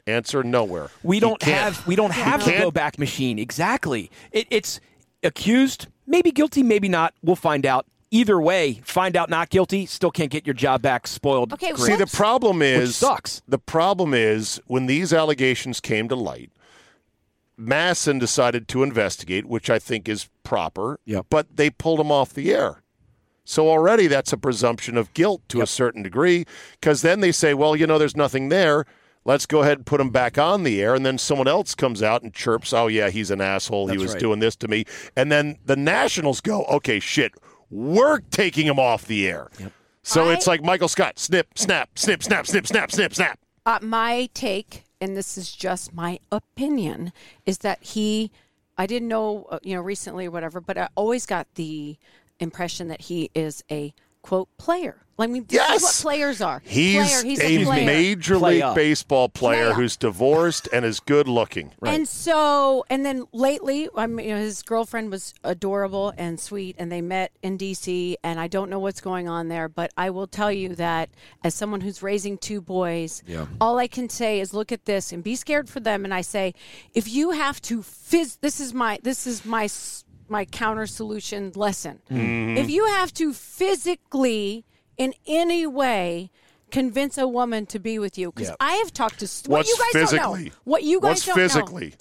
Speaker 1: Answer nowhere.
Speaker 8: We
Speaker 1: He
Speaker 8: don't
Speaker 1: can't.
Speaker 8: have we don't have the
Speaker 1: can't-
Speaker 8: go back machine. Exactly. It, it's accused, maybe guilty, maybe not. We'll find out. Either way, find out not guilty, still can't get your job back. Spoiled.
Speaker 7: Okay,
Speaker 8: Great.
Speaker 1: See, the problem is
Speaker 8: sucks.
Speaker 1: The problem is when these allegations came to light, Masson decided to investigate, which I think is proper.
Speaker 8: Yep.
Speaker 1: But they pulled him off the air. So already that's a presumption of guilt to a certain degree, because then they say, well, you know, there's nothing there. Let's go ahead and put him back on the air, and then someone else comes out and chirps, "Oh yeah, he's an asshole. he
Speaker 8: That's
Speaker 1: was
Speaker 8: right.
Speaker 1: doing this to me." And then the Nationals go, "Okay, shit, we're taking him off the air." So
Speaker 7: I-
Speaker 1: it's like Michael Scott, snip, snap, snip, snap, snip, snap, snip, snap.
Speaker 7: Uh, my take, and this is just my opinion, is that he, I didn't know, uh, you know, recently or whatever, but I always got the impression that he is a quote player. I mean, this is what
Speaker 1: Yes!
Speaker 7: players are.
Speaker 1: He's,
Speaker 7: player. He's
Speaker 1: a,
Speaker 7: a player.
Speaker 1: major
Speaker 8: Player.
Speaker 1: league baseball player
Speaker 7: Player.
Speaker 1: who's divorced and is good looking.
Speaker 7: And so, and then lately, I mean, you know, his girlfriend was adorable and sweet, and they met in D.C. And I don't know what's going on there, but I will tell you that as someone who's raising two boys, all I can say is look at this and be scared for them. And I say, if you have to fizz, this is my this is my s- my counter solution lesson. If you have to physically in any way. Convince a woman to be with you because I have talked to s- what
Speaker 1: What's
Speaker 7: you guys
Speaker 1: physically?
Speaker 7: don't know. What you guys
Speaker 1: What's
Speaker 7: don't know.
Speaker 1: physically?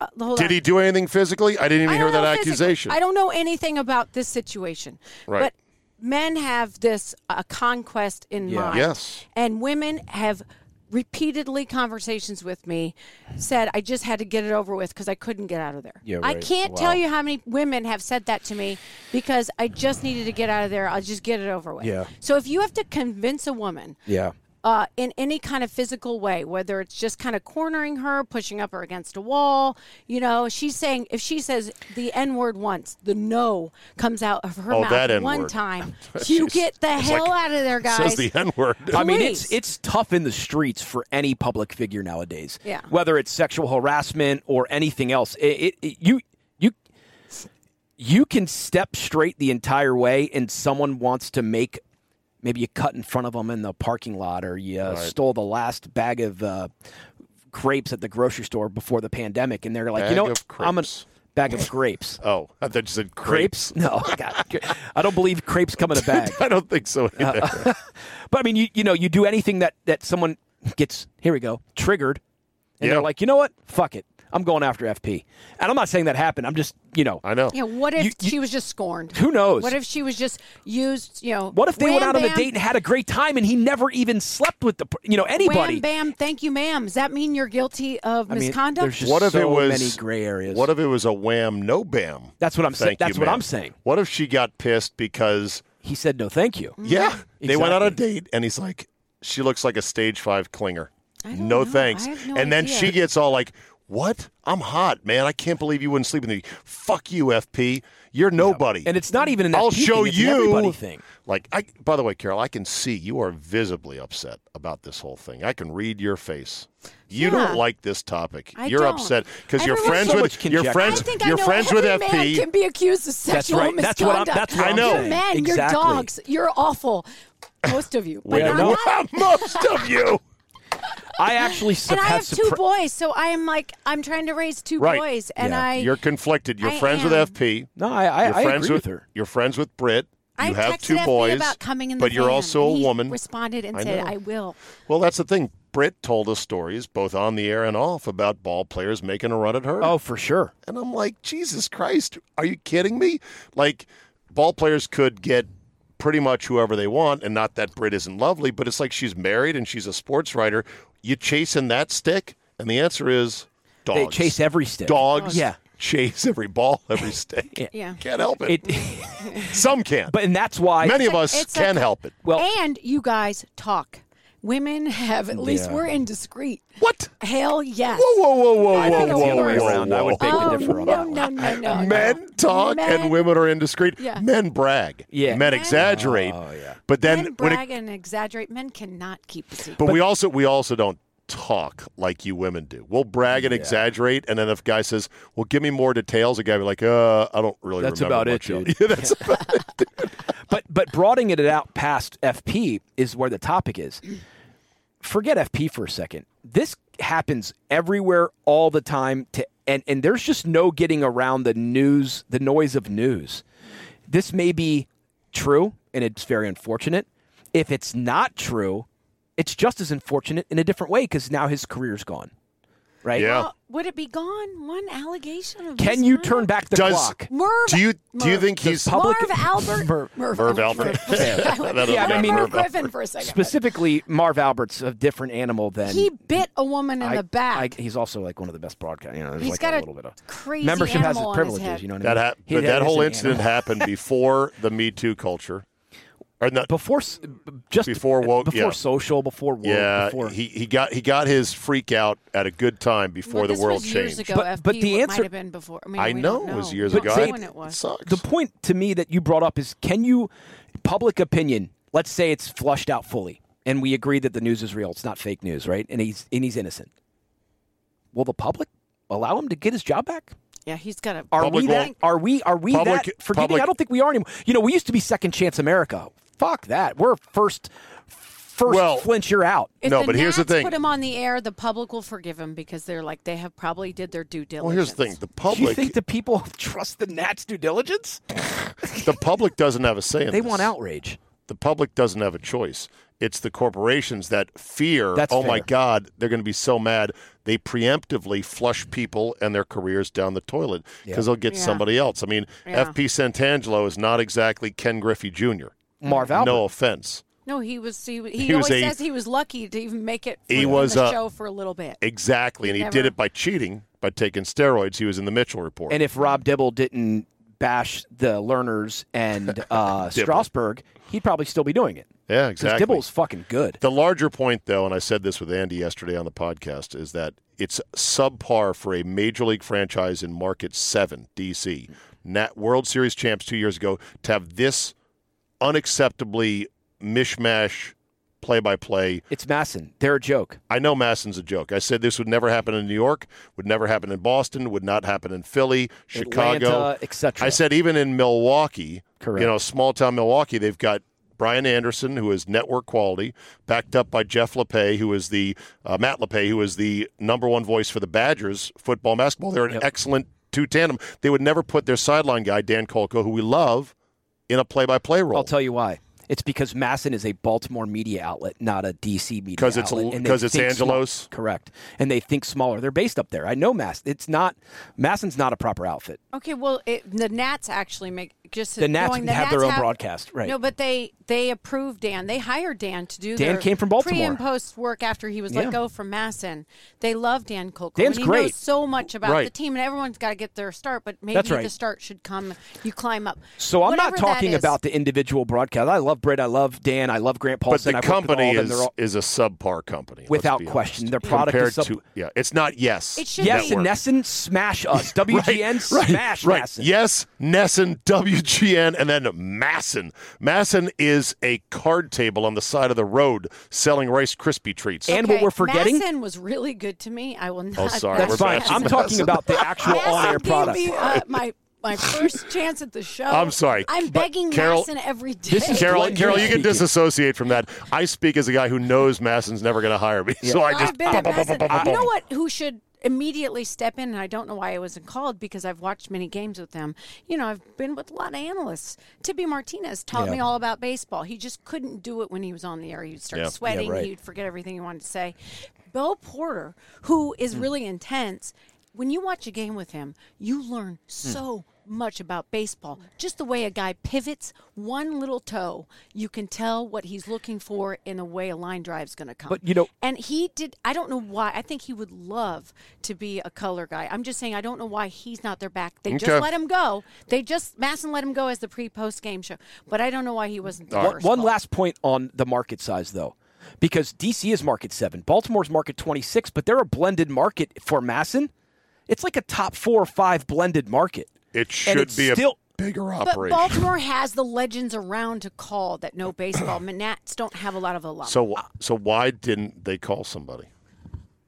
Speaker 7: Uh, hold
Speaker 1: Did
Speaker 7: on.
Speaker 1: he do anything physically? I didn't even
Speaker 7: I
Speaker 1: hear
Speaker 7: don't
Speaker 1: that
Speaker 7: know physically.
Speaker 1: accusation.
Speaker 7: I don't know anything about this situation.
Speaker 1: Right.
Speaker 7: But men have this uh, conquest in mind.
Speaker 1: Yes.
Speaker 7: And women have repeatedly conversations with me said I just had to get it over with because I couldn't get out of there.
Speaker 8: Yeah,
Speaker 7: I
Speaker 8: right.
Speaker 7: can't tell you how many women have said that to me because I just needed to get out of there. I'll just get it over with.
Speaker 8: Yeah.
Speaker 7: So if you have to convince a woman
Speaker 8: yeah.
Speaker 7: uh, in any kind of physical way, whether it's just kind of cornering her, pushing up her against a wall. You know, she's saying if she says the N word once, the no comes out of her
Speaker 1: Oh,
Speaker 7: mouth
Speaker 1: that
Speaker 7: one
Speaker 1: N-word.
Speaker 7: time. you get the
Speaker 1: it's
Speaker 7: hell
Speaker 1: like-
Speaker 7: out of there, guys. Uh,
Speaker 1: Says the N word.
Speaker 8: I mean,
Speaker 7: Please.
Speaker 8: it's it's tough in the streets for any public figure nowadays.
Speaker 7: Yeah.
Speaker 8: Whether it's sexual harassment or anything else, it, it, it- you you you can step straight the entire way, and someone wants to make maybe you cut in front of them in the parking lot, or you uh, stole the last bag of uh, grapes at the grocery store before the pandemic, and they're like, you
Speaker 1: Bag
Speaker 8: know, what?
Speaker 1: of
Speaker 8: I'm a
Speaker 1: crepes.
Speaker 8: bag of grapes.
Speaker 1: Oh, I thought you said crepes.
Speaker 8: Crepes? No, God, I don't believe crepes come in a bag.
Speaker 1: I don't think
Speaker 8: Uh,
Speaker 1: so either.
Speaker 8: But I mean, you you know, you do anything that that someone gets here we go triggered, and
Speaker 1: Yeah.
Speaker 8: they're like, you know what, fuck it, I'm going after FP. And I'm not saying that happened. I'm just you know,
Speaker 1: I know.
Speaker 7: yeah, what if
Speaker 8: You- you-
Speaker 7: she was just scorned?
Speaker 8: Who knows?
Speaker 7: What if she was just used? You know,
Speaker 8: what if they went
Speaker 7: wham,
Speaker 8: out on a
Speaker 7: bam,
Speaker 8: date and had a great time, and he never even slept with the per- you know
Speaker 7: Wham,
Speaker 8: anybody?
Speaker 7: bam, thank you, ma'am. Does that mean you're guilty of
Speaker 8: I mean,
Speaker 7: misconduct?
Speaker 8: there's just
Speaker 1: What if
Speaker 8: so
Speaker 1: it was
Speaker 8: many gray areas?
Speaker 1: What if it was a wham, no bam?
Speaker 8: That's what I'm saying.
Speaker 1: Thank
Speaker 8: That's
Speaker 1: you,
Speaker 8: what
Speaker 1: ma'am.
Speaker 8: I'm saying.
Speaker 1: What if she got pissed because
Speaker 8: He said no, thank you.
Speaker 7: Mm. Mm-hmm.
Speaker 1: yeah, they went on a
Speaker 8: Exactly.
Speaker 1: date and he's like, she looks like a stage five clinger.
Speaker 7: I don't
Speaker 1: no
Speaker 7: know.
Speaker 1: thanks.
Speaker 7: I have no
Speaker 1: and then
Speaker 7: idea.
Speaker 1: she gets all like, what? I'm hot, man. I can't believe you wouldn't sleep with me. Fuck you, FP. You're nobody.
Speaker 8: And it's not even an
Speaker 1: I'll
Speaker 8: FP thing,
Speaker 1: show
Speaker 8: it's an
Speaker 1: you.
Speaker 8: everybody thing.
Speaker 1: Like, I, by the way, Carol, I can see you are visibly upset about this whole thing. I can read your face. You
Speaker 7: Yeah.
Speaker 1: don't like this topic.
Speaker 7: I
Speaker 1: You're
Speaker 7: don't.
Speaker 1: upset because you're
Speaker 7: Everyone-
Speaker 1: friends
Speaker 8: So
Speaker 1: with
Speaker 8: much
Speaker 1: you're
Speaker 8: conjecture.
Speaker 1: friends
Speaker 7: I think
Speaker 1: you're
Speaker 7: I know
Speaker 1: friends
Speaker 7: every
Speaker 1: with
Speaker 7: Man
Speaker 1: FP.
Speaker 7: can be accused of sexual
Speaker 8: right. That's what I'm-
Speaker 7: misconduct.
Speaker 8: that's what
Speaker 1: I'm I know.
Speaker 7: You're
Speaker 1: saying.
Speaker 7: men.
Speaker 8: Exactly.
Speaker 7: You're dogs. You're awful. Most of you. But
Speaker 8: Yeah,
Speaker 7: I'm
Speaker 8: no.
Speaker 7: not.
Speaker 1: Most of you.
Speaker 8: I actually sup-
Speaker 7: And I have
Speaker 8: have
Speaker 7: two
Speaker 8: suppre-
Speaker 7: boys, so I'm like I'm trying to raise two
Speaker 1: Right.
Speaker 7: boys, and
Speaker 8: Yeah.
Speaker 7: I
Speaker 1: You're conflicted. You're
Speaker 7: I
Speaker 1: friends
Speaker 7: am.
Speaker 1: with FP.
Speaker 8: No, I- I-
Speaker 1: you're
Speaker 8: I
Speaker 1: friends
Speaker 8: agree
Speaker 1: with
Speaker 8: with her.
Speaker 1: You're friends with Brit.
Speaker 7: I
Speaker 1: you have
Speaker 7: texted
Speaker 1: two
Speaker 7: FB
Speaker 1: boys,
Speaker 7: about coming in the
Speaker 1: but you're
Speaker 7: van,
Speaker 1: also
Speaker 7: and
Speaker 1: a
Speaker 7: he
Speaker 1: woman.
Speaker 7: Responded and
Speaker 1: I
Speaker 7: said,
Speaker 1: know.
Speaker 7: "I will."
Speaker 1: Well, that's the thing. Brit told us stories, both on the air and off, about ball players making a run at her.
Speaker 8: Oh, for sure.
Speaker 1: And I'm like, Jesus Christ, are you kidding me? Like, ball players could get pretty much whoever they want, and not that Brit isn't lovely, but it's like she's married and she's a sports writer. You chasing that stick? And the answer is dogs.
Speaker 8: They chase every stick.
Speaker 1: Dogs
Speaker 8: Yeah.
Speaker 1: chase every ball, every stick.
Speaker 7: Yeah.
Speaker 1: Can't help it.
Speaker 8: It,
Speaker 1: Some can.
Speaker 8: but and that's why
Speaker 1: Many of
Speaker 7: like-
Speaker 1: us
Speaker 7: it's
Speaker 1: can
Speaker 7: like-
Speaker 1: help it.
Speaker 8: Well-
Speaker 7: and you guys talk. Women have at least
Speaker 8: Yeah.
Speaker 7: we're indiscreet.
Speaker 1: What?
Speaker 7: Hell yes.
Speaker 1: Whoa, whoa, whoa, whoa,
Speaker 7: I
Speaker 1: whoa,
Speaker 7: think
Speaker 1: whoa,
Speaker 7: it's
Speaker 1: whoa,
Speaker 7: the other way
Speaker 8: around. I would beg to
Speaker 7: Oh,
Speaker 8: differ on
Speaker 7: no,
Speaker 8: that one.
Speaker 7: no, no, no, no.
Speaker 1: Men talk and
Speaker 7: Men-
Speaker 1: women are indiscreet.
Speaker 7: Yeah.
Speaker 1: Men brag.
Speaker 8: Yeah.
Speaker 1: Men
Speaker 8: Men-
Speaker 1: exaggerate.
Speaker 8: Oh, yeah.
Speaker 1: But then
Speaker 7: men
Speaker 1: when it,
Speaker 7: brag and exaggerate. Men cannot keep the secret.
Speaker 1: but, we also we also don't talk like you women do. We'll brag and exaggerate, and then if a guy says, "Well, give me more details," a guy will be like, "Uh, I don't really
Speaker 8: That's
Speaker 1: remember
Speaker 8: about it,
Speaker 1: much of
Speaker 8: dude.
Speaker 1: Yeah, that's about it.
Speaker 8: But but broadening it out past FP is where the topic is. Forget FP for a second. This happens everywhere all the time to and, and there's just no getting around the news, the noise of news. This may be true and it's very unfortunate. If it's not true, it's just as unfortunate in a different way because now his career's gone. Right?
Speaker 1: Yeah.
Speaker 7: Well, would it be gone? One allegation of
Speaker 8: Can you turn back the
Speaker 1: Does-
Speaker 8: clock?
Speaker 7: Merv,
Speaker 1: Do you do you
Speaker 7: Merv-
Speaker 1: think he's
Speaker 8: pub- public-
Speaker 7: Marv Albert?
Speaker 8: Merv-
Speaker 1: Merv Albert.
Speaker 7: I went-
Speaker 1: That
Speaker 8: Yeah, I
Speaker 7: I
Speaker 8: mean-
Speaker 7: mean,
Speaker 1: Merv
Speaker 7: Merv
Speaker 1: Albert.
Speaker 7: Griffin for a second.
Speaker 8: Specifically, Marv Albert's a different animal than
Speaker 7: he bit a woman in
Speaker 8: I-
Speaker 7: the back.
Speaker 8: I- he's also like one of the best broadcast. You know, there's
Speaker 7: He's
Speaker 8: like
Speaker 7: got
Speaker 8: a,
Speaker 7: a
Speaker 8: little bit of
Speaker 7: crazy
Speaker 8: membership has
Speaker 7: animal
Speaker 8: its
Speaker 7: on his
Speaker 8: privileges.
Speaker 7: head.
Speaker 8: you know what
Speaker 1: that
Speaker 8: I mean?
Speaker 1: hap-
Speaker 8: He-
Speaker 1: but that
Speaker 8: is
Speaker 1: whole
Speaker 8: an
Speaker 1: incident
Speaker 8: animal.
Speaker 1: happened before the Me Too culture, or not?
Speaker 8: before s- b- just
Speaker 1: Before woke,
Speaker 8: before
Speaker 1: yeah.
Speaker 8: social, before woke,
Speaker 1: yeah,
Speaker 8: before.
Speaker 1: he, he got he got his freak out at a good time before
Speaker 7: Well,
Speaker 1: the
Speaker 7: this
Speaker 1: world
Speaker 7: was years
Speaker 1: changed.
Speaker 7: ago,
Speaker 8: But-
Speaker 7: FP,
Speaker 8: but the
Speaker 7: what
Speaker 8: answer-
Speaker 7: might have been before. I, mean,
Speaker 1: I
Speaker 7: we
Speaker 1: know
Speaker 7: don't
Speaker 1: it
Speaker 7: know
Speaker 1: was years
Speaker 7: We
Speaker 1: ago.
Speaker 7: don't know
Speaker 1: I-
Speaker 7: when it was.
Speaker 1: sucks.
Speaker 8: the point to me that you brought up is: can you public opinion? Let's say it's flushed out fully, and we agree that the news is real. It's not fake news, right? And he's and he's innocent. Will the public allow him to get his job back?
Speaker 7: Yeah, he's got a.
Speaker 8: Are
Speaker 1: Public
Speaker 8: we that?
Speaker 1: won't-
Speaker 8: Are we? Are we
Speaker 1: Public-
Speaker 8: that forgiving?
Speaker 1: public-
Speaker 8: I don't think we are anymore. You know, we used to be Second Chance America. Fuck that. We're first. First
Speaker 1: Well-
Speaker 8: flinch, you're out.
Speaker 7: If
Speaker 1: No, but here's the
Speaker 7: Nats
Speaker 1: thing.
Speaker 7: Put him on the air. The public will forgive him because they're like they have probably did their due diligence.
Speaker 1: well, here's the thing: the
Speaker 8: Do you
Speaker 1: public
Speaker 8: think the people trust the Nats' due diligence?
Speaker 1: the public doesn't have a say in
Speaker 8: They
Speaker 1: this.
Speaker 8: want outrage.
Speaker 1: the public doesn't have a choice. It's the corporations that fear,
Speaker 8: That's
Speaker 1: oh my
Speaker 8: fair.
Speaker 1: God, they're going to be so mad. They preemptively flush people and their careers down the toilet because they'll get
Speaker 7: Yeah.
Speaker 1: somebody else. I mean,
Speaker 7: Yeah.
Speaker 1: FP Santangelo is not exactly Ken Griffey Jr.
Speaker 8: Marv Albert.
Speaker 1: No offense.
Speaker 7: No, he was. He, he,
Speaker 1: He was
Speaker 7: always
Speaker 1: a-
Speaker 7: says he was lucky to even make it.
Speaker 1: He
Speaker 7: on
Speaker 1: was
Speaker 7: the
Speaker 1: a-
Speaker 7: show for a little bit.
Speaker 1: Exactly. And he did
Speaker 7: Never.
Speaker 1: it by cheating, by taking steroids. He was in the Mitchell report.
Speaker 8: And if Rob Dibble didn't bash the learners and uh, Strasburg, he'd probably still be doing it.
Speaker 1: yeah,
Speaker 8: Because
Speaker 1: exactly.
Speaker 8: Dibble's fucking good.
Speaker 1: The larger point, though, and I said this with Andy yesterday on the podcast, is that it's subpar for a major league franchise in market seven, DC, Nat World Series champs two years ago, to have this unacceptably mishmash play by play.
Speaker 8: It's Masson. They're a joke.
Speaker 1: I know Masson's a joke. I said this would never happen in New York, would never happen in Boston, would not happen in Philly, Chicago.
Speaker 8: Atlanta, etc.
Speaker 1: I said even in Milwaukee,
Speaker 8: Correct.
Speaker 1: you know, small town Milwaukee, they've got Brian Anderson, who is network quality, backed up by Jeff LePay, who is the uh, Matt LePay, who is the number one voice for the Badgers football and basketball. They're an
Speaker 8: Yep.
Speaker 1: excellent two tandem. They would never put their sideline guy Dan Kolko, who we love, in a play-by-play role
Speaker 8: I'll tell you why. It's because Masson is a Baltimore media outlet, not a DC media
Speaker 1: 'Cause it's a-
Speaker 8: outlet, and they
Speaker 1: 'cause it's
Speaker 8: think small-
Speaker 1: Angelos?
Speaker 8: correct. And they think smaller. They're based up there. I know Masson. It's not Masson's not a proper outfit.
Speaker 7: Okay, well, it, the Nats actually make just
Speaker 8: The Nats
Speaker 7: knowing
Speaker 8: have their own broadcast, right.
Speaker 7: No, but they they approved Dan. They hired Dan to do.
Speaker 8: Dan
Speaker 7: their
Speaker 8: came from Baltimore.
Speaker 7: Pre and post work after he was
Speaker 8: Yeah.
Speaker 7: let go from Masson. They love Dan Kolko.
Speaker 8: Dan's
Speaker 7: and he
Speaker 8: great.
Speaker 7: Knows so much about
Speaker 1: Right.
Speaker 7: the team, and everyone's got to get their start. But maybe
Speaker 8: That's right.
Speaker 7: the start should come. You climb up.
Speaker 8: So I'm
Speaker 7: Whatever
Speaker 8: not
Speaker 7: that
Speaker 8: talking
Speaker 7: is.
Speaker 8: about the individual broadcast. I love Britt. I love Dan. I love Grant
Speaker 1: But
Speaker 8: Paulson.
Speaker 1: the
Speaker 8: I've worked with all
Speaker 1: company
Speaker 8: of them.
Speaker 1: is
Speaker 8: They're all-
Speaker 1: is a subpar company, let's
Speaker 8: Without
Speaker 1: be
Speaker 8: question.
Speaker 1: honest.
Speaker 8: Their product
Speaker 1: compared
Speaker 8: is sub-
Speaker 1: to yeah, it's not yes.
Speaker 7: It should
Speaker 8: Yes,
Speaker 7: network.
Speaker 8: and Nesson smash us. WGN smash
Speaker 1: right.
Speaker 8: Masson.
Speaker 1: Yes, Nesson, WGN, and then Masson. Masson is a card table on the side of the road selling Rice Krispie treats.
Speaker 8: And what
Speaker 7: Okay,
Speaker 8: we're forgetting-
Speaker 7: Masson was really good to me. I will not.
Speaker 1: Oh, sorry,
Speaker 8: That's
Speaker 1: We're
Speaker 8: fine.
Speaker 1: bashing
Speaker 8: I'm talking
Speaker 1: Masson.
Speaker 8: about the actual
Speaker 7: Masson
Speaker 8: on-air
Speaker 7: gave
Speaker 8: product.
Speaker 7: me, uh, my my first chance at the show.
Speaker 1: I'm sorry,
Speaker 7: I'm
Speaker 1: but
Speaker 7: begging
Speaker 1: Carol-
Speaker 7: Masson every day.
Speaker 8: This is
Speaker 1: Carol,
Speaker 8: Glenn,
Speaker 1: Carol,
Speaker 8: you're
Speaker 1: you can
Speaker 8: speaking.
Speaker 1: disassociate from that. I speak as a guy who knows Masson's never going to hire me, so I just.
Speaker 7: I've been at Madison. You know what? Who should immediately step in? And I don't know why I wasn't called because I've watched many games with them. You know, I've been with a lot of analysts. Tibby Martinez taught me all about baseball. He just couldn't do it when he was on the air. He'd start
Speaker 1: Yeah. Yeah,
Speaker 7: sweating.
Speaker 8: right.
Speaker 7: He'd forget everything he wanted to say. Bo Porter, who is
Speaker 1: Hmm.
Speaker 7: really intense, when you watch a game with him, you learn
Speaker 1: Hmm.
Speaker 7: so much about baseball. Just the way a guy pivots one little toe, you can tell what he's looking for in a way a line drive's going to come.
Speaker 8: But, you know-
Speaker 7: And he did. I don't know why. I think he would love to be a color guy. I'm just saying. I don't know why he's not their back. They
Speaker 1: Okay.
Speaker 7: just let him go. They just Masson let him go as the pre-post game show. But I don't know why he wasn't the
Speaker 8: One-
Speaker 7: first.
Speaker 8: One
Speaker 7: call.
Speaker 8: last point on the market size, though. because DC is market seven, Baltimore's market 26, but they're a blended market for Masson. It's like a top four or five blended market.
Speaker 1: It
Speaker 8: and
Speaker 1: should
Speaker 8: it's
Speaker 1: be
Speaker 8: still.
Speaker 1: a bigger
Speaker 7: But
Speaker 1: operation.
Speaker 7: Baltimore has the legends around to call that know baseball. Manats don't have a lot of alum.
Speaker 1: so so why didn't they call somebody?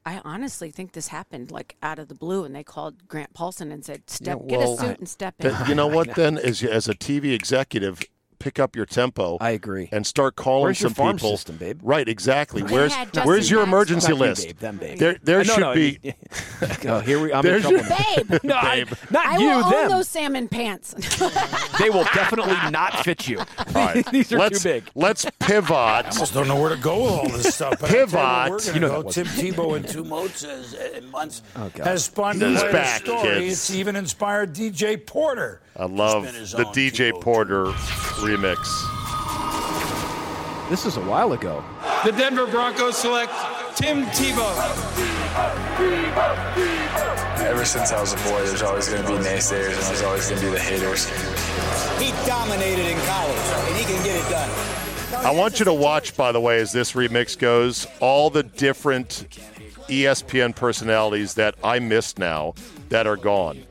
Speaker 7: I honestly think this happened like out of the blue, and they called Grant Paulson and said, "Step, get
Speaker 1: well,
Speaker 7: a suit and step in."
Speaker 1: That- you know what? Then as you- as a TV executive, pick up your tempo.
Speaker 8: I agree.
Speaker 1: And start calling
Speaker 8: Where's your
Speaker 1: some
Speaker 8: farm
Speaker 1: people.
Speaker 8: system, babe?
Speaker 1: Right, exactly.
Speaker 7: They
Speaker 1: Where's
Speaker 7: had
Speaker 1: where's
Speaker 7: Justin
Speaker 1: your
Speaker 7: Maxwell.
Speaker 1: emergency
Speaker 8: Not you,
Speaker 1: list?
Speaker 8: babe, them, babe.
Speaker 1: There there
Speaker 8: Uh, No,
Speaker 1: should
Speaker 8: no,
Speaker 1: be.
Speaker 8: you- oh, here we. I'm in
Speaker 1: There's
Speaker 8: trouble.
Speaker 1: your-
Speaker 8: now.
Speaker 7: Babe,
Speaker 8: No, I,
Speaker 1: Babe.
Speaker 8: not
Speaker 7: I
Speaker 8: you.
Speaker 7: will
Speaker 8: them.
Speaker 7: own those salmon pants.
Speaker 8: They will definitely not fit you.
Speaker 1: All right,
Speaker 8: These are
Speaker 1: let's,
Speaker 8: too big.
Speaker 1: Let's pivot.
Speaker 6: just don't know where to go with all this stuff. But I tell you what,
Speaker 1: Pivot.
Speaker 6: We're gonna
Speaker 8: You
Speaker 6: go
Speaker 8: know that
Speaker 6: Tim Tebow in two months is, uh, months
Speaker 8: God.
Speaker 6: has spun
Speaker 1: He's
Speaker 6: quite a
Speaker 1: back,
Speaker 6: story.
Speaker 1: kids.
Speaker 6: It's even inspired DJ Porter.
Speaker 1: I love
Speaker 6: Spin his
Speaker 1: the
Speaker 6: own
Speaker 1: DJ
Speaker 6: Tebow.
Speaker 1: Porter remix.
Speaker 8: This is a while ago.
Speaker 9: The Denver Broncos select Tim Tebow.
Speaker 6: Ever since I was a boy, there's always going to be naysayers, and there's always going to be the haters.
Speaker 9: He dominated in college, and he can get it done.
Speaker 1: I want you to watch, by the way, as this remix goes, all the different E ESPN personalities that I miss now that are gone.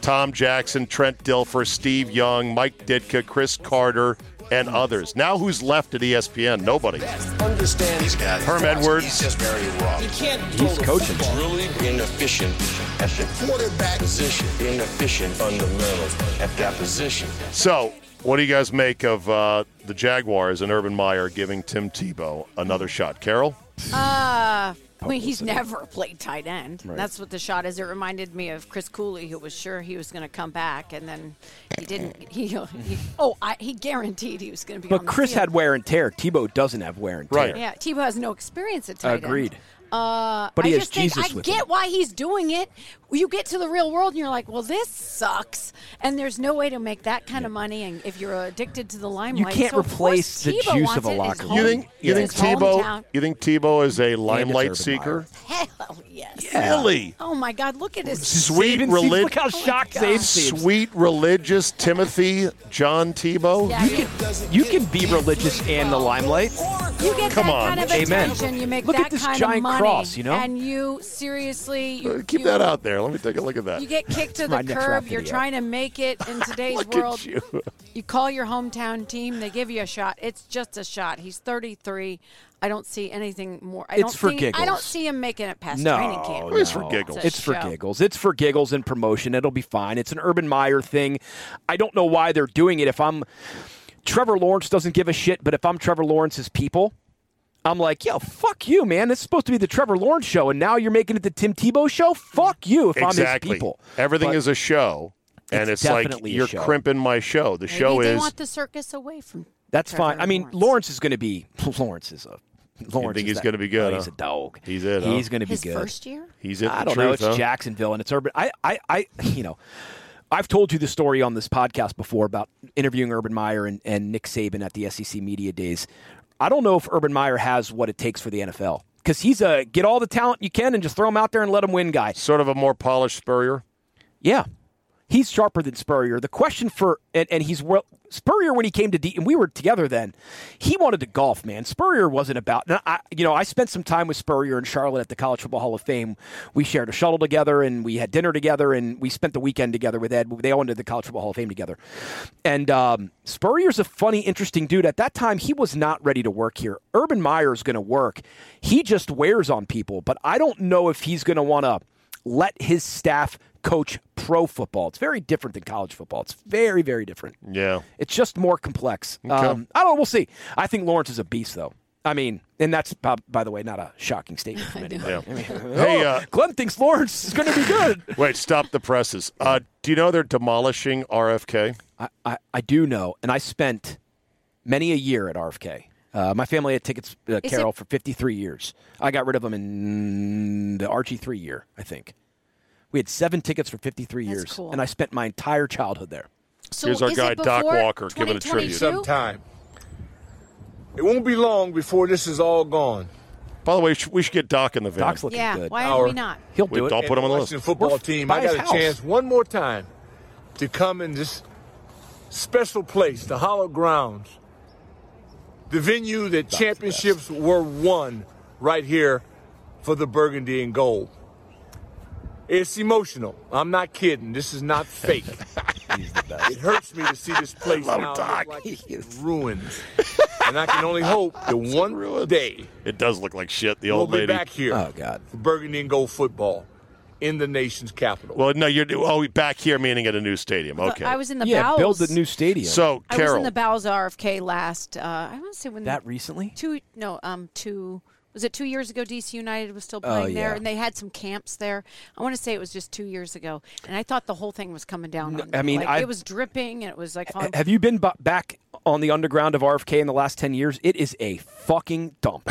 Speaker 1: Tom Jackson, Trent Dilfer, Steve Young, Mike Ditka, Chris Carter, and others. Now who's left at E ESPN? Nobody.
Speaker 9: Understand these guys.
Speaker 1: Herm Edwards.
Speaker 9: He's just very raw. You can't
Speaker 8: He's coaching.
Speaker 9: really inefficient at the quarterback position. Inefficient fundamentals at that position.
Speaker 1: So, what do you guys make of uh, the Jaguars and Urban Meyer giving Tim Tebow another shot? Carol?
Speaker 7: Uh, I mean, he's never played tight end. That's what the shot is. It reminded me of Chris Cooley, who was sure he was going to come back, and then he didn't. He, he- oh, I, he guaranteed he was going to be.
Speaker 8: But
Speaker 7: on the
Speaker 8: Chris
Speaker 7: field.
Speaker 8: had wear and tear. Tebow doesn't have wear and tear.
Speaker 1: Right.
Speaker 7: Yeah, Tebow has no experience at tight end.
Speaker 8: Agreed.
Speaker 7: Uh,
Speaker 8: But he
Speaker 7: I
Speaker 8: has
Speaker 7: just think
Speaker 8: Jesus
Speaker 7: I
Speaker 8: with
Speaker 7: get
Speaker 8: him.
Speaker 7: why he's doing it. You get to the real world and you're like, well, this sucks, and there's no way to make that kind of money. And if you're addicted to the limelight,
Speaker 8: can't
Speaker 7: so of course
Speaker 8: replace the
Speaker 7: Tebow
Speaker 8: juice
Speaker 7: wants
Speaker 8: of a
Speaker 7: it in his
Speaker 8: locker room.
Speaker 7: home.
Speaker 1: You think you
Speaker 7: It's
Speaker 1: think
Speaker 7: his hometown.
Speaker 1: Tebow you think Tebow is a limelight
Speaker 8: Urban
Speaker 1: seeker?
Speaker 7: Hell yes.
Speaker 1: Really?
Speaker 7: Oh my God! Look at his
Speaker 1: Sweet
Speaker 8: Saban seems-
Speaker 1: relig-
Speaker 8: Look how shocked
Speaker 7: Oh my God.
Speaker 8: Saban seems.
Speaker 1: sweet religious Timothy John Tebow.
Speaker 7: Yeah, you,
Speaker 8: You can be religious and the limelight.
Speaker 7: you get
Speaker 1: Come
Speaker 7: that
Speaker 1: on.
Speaker 7: kind of
Speaker 8: Amen.
Speaker 7: attention. You make
Speaker 8: Look at
Speaker 7: that
Speaker 8: this
Speaker 7: kind
Speaker 8: giant
Speaker 7: of money,
Speaker 8: cross, you know?
Speaker 7: and you seriously you,
Speaker 1: Uh, Keep
Speaker 7: you-
Speaker 1: that out there. Let me take a look at that.
Speaker 7: You get kicked to
Speaker 8: My
Speaker 7: the
Speaker 8: next rap
Speaker 7: curb. You're
Speaker 8: video.
Speaker 7: trying to make it in today's
Speaker 1: Look at
Speaker 7: world.
Speaker 1: you.
Speaker 7: call your hometown team. They give you a shot. It's just a shot. He's 33. I don't see anything more. I
Speaker 8: It's
Speaker 7: don't
Speaker 8: for
Speaker 7: think, I don't
Speaker 8: giggles.
Speaker 7: see him making it past
Speaker 8: No,
Speaker 7: training camp.
Speaker 1: It's for giggles.
Speaker 8: It's for
Speaker 7: show.
Speaker 8: giggles. It's for giggles and promotion. It'll be fine. It's an Urban Meyer thing. I don't know why they're doing it. If I'm Trevor Lawrence doesn't give a shit, but if I'm Trevor Lawrence's people, I'm like, yo, fuck you, man. This is supposed to be the Trevor Lawrence show, and now you're making it the Tim Tebow show. Fuck you. If I'm
Speaker 1: exactly.
Speaker 8: his people,
Speaker 1: Everything
Speaker 8: But
Speaker 1: is a show, and
Speaker 8: It's
Speaker 1: it's like
Speaker 8: definitely a
Speaker 1: you're
Speaker 8: show.
Speaker 1: crimping my show. The
Speaker 7: Maybe
Speaker 1: show
Speaker 7: they
Speaker 1: is.
Speaker 7: want the circus away from.
Speaker 8: That's
Speaker 7: Trevor
Speaker 8: fine. I mean, Lawrence, is going to be Lawrence is a. Lawrence
Speaker 1: think
Speaker 8: is
Speaker 1: he's
Speaker 8: that-
Speaker 1: gonna be good,
Speaker 8: Oh, He's
Speaker 1: huh?
Speaker 8: a dog.
Speaker 1: He's it, huh?
Speaker 8: He's going to be
Speaker 7: His
Speaker 8: good.
Speaker 7: first year.
Speaker 1: he's it.
Speaker 8: I
Speaker 1: the
Speaker 8: don't know.
Speaker 1: truth,
Speaker 8: It's
Speaker 1: huh?
Speaker 8: Jacksonville, and it's urban. I, I, I, you know, I've told you the story on this podcast before about interviewing Urban Meyer and, and Nick Saban at the SEC media days. I don't know if Urban Meyer has what it takes for the NFL because he's a get all the talent you can and just throw him out there and let him win guy.
Speaker 1: Sort of a more polished Spurrier.
Speaker 8: Yeah. He's sharper than Spurrier. The question for and, and he's well Spurrier when he came to D and we were together then, he wanted to golf, man. Spurrier wasn't about and I you know, I spent some time with Spurrier in Charlotte at the College Football Hall of Fame. We shared a shuttle together and we had dinner together and we spent the weekend together with Ed. They all went to the College Football Hall of Fame together. And um, Spurrier's a funny, interesting dude. At that time he was not ready to work here. Urban Meyer's gonna work. He just wears on people, but I don't know if he's gonna wanna let his staff coach pro football. It's very different than college football. It's very, very different.
Speaker 1: Yeah.
Speaker 8: It's just more complex. Um, I don't know. We'll see. I think Lawrence is a beast, though. I mean, and that's, by, by the way, not a shocking statement from anybody.
Speaker 1: Yeah.
Speaker 8: I mean,
Speaker 1: Hey,
Speaker 8: oh,
Speaker 1: uh,
Speaker 8: Glenn thinks Lawrence is going to be good.
Speaker 1: Wait, stop the presses. Uh, do you know they're demolishing RFK?
Speaker 8: I, I, I do know, and I spent many a year at RFK. Uh, my family had tickets, uh,
Speaker 7: Is
Speaker 8: Carol,
Speaker 7: it-
Speaker 8: for 53 years. I got rid of them in the RG3 year, I think. We had seven tickets for 53
Speaker 7: That's
Speaker 8: years,
Speaker 7: cool.
Speaker 8: and I spent my entire childhood there.
Speaker 7: So
Speaker 1: Here's our
Speaker 7: is
Speaker 1: guy,
Speaker 7: it
Speaker 1: Doc
Speaker 7: before
Speaker 1: Walker, giving a tribute.
Speaker 7: 2022?
Speaker 9: Sometime. It won't be long before this is all gone.
Speaker 1: By the way, sh- we should get Doc in the van.
Speaker 8: Doc's looking
Speaker 7: Yeah.
Speaker 8: good.
Speaker 7: Why
Speaker 9: Our-
Speaker 7: are we not?
Speaker 8: He'll
Speaker 1: we
Speaker 8: do it.
Speaker 1: don't put him on the list.
Speaker 9: Washington football
Speaker 8: We're
Speaker 9: team.
Speaker 8: by
Speaker 9: I got
Speaker 8: his
Speaker 9: a
Speaker 8: house.
Speaker 9: chance one more time to come in this special place, the Hollow Grounds,
Speaker 10: the venue that championships were won right here for the burgundy and gold. It's emotional. I'm not kidding. This is not fake. It hurts me to see this place
Speaker 1: love
Speaker 10: now
Speaker 1: Doc.
Speaker 10: look like it's ruined. and I can only hope that one day
Speaker 1: It does look like shit. The
Speaker 10: we'll
Speaker 1: old
Speaker 10: be
Speaker 1: lady
Speaker 10: back here.
Speaker 7: Oh,
Speaker 10: for burgundy and gold football in the nation's capital.
Speaker 1: Well, no, you're oh back here, meaning at a new stadium. Okay,
Speaker 7: I was in the Yeah, bowels. build the new
Speaker 8: stadium.
Speaker 1: So
Speaker 7: I was in
Speaker 1: Oh, Carol,
Speaker 7: the bowels of RFK last. Uh, I want to say when
Speaker 8: That recently?
Speaker 7: Two no um two was it two years ago? DC United was still
Speaker 8: Oh,
Speaker 7: playing there,
Speaker 8: yeah.
Speaker 7: and they had some camps there. I want to say it was just two years ago, and I thought the whole thing was coming down. on me.
Speaker 8: I mean,
Speaker 7: Like,
Speaker 8: I-
Speaker 7: it was dripping, and it was like falling.
Speaker 8: Have you been b- back on the underground of RFK in the last 10 years? It is a fucking dump.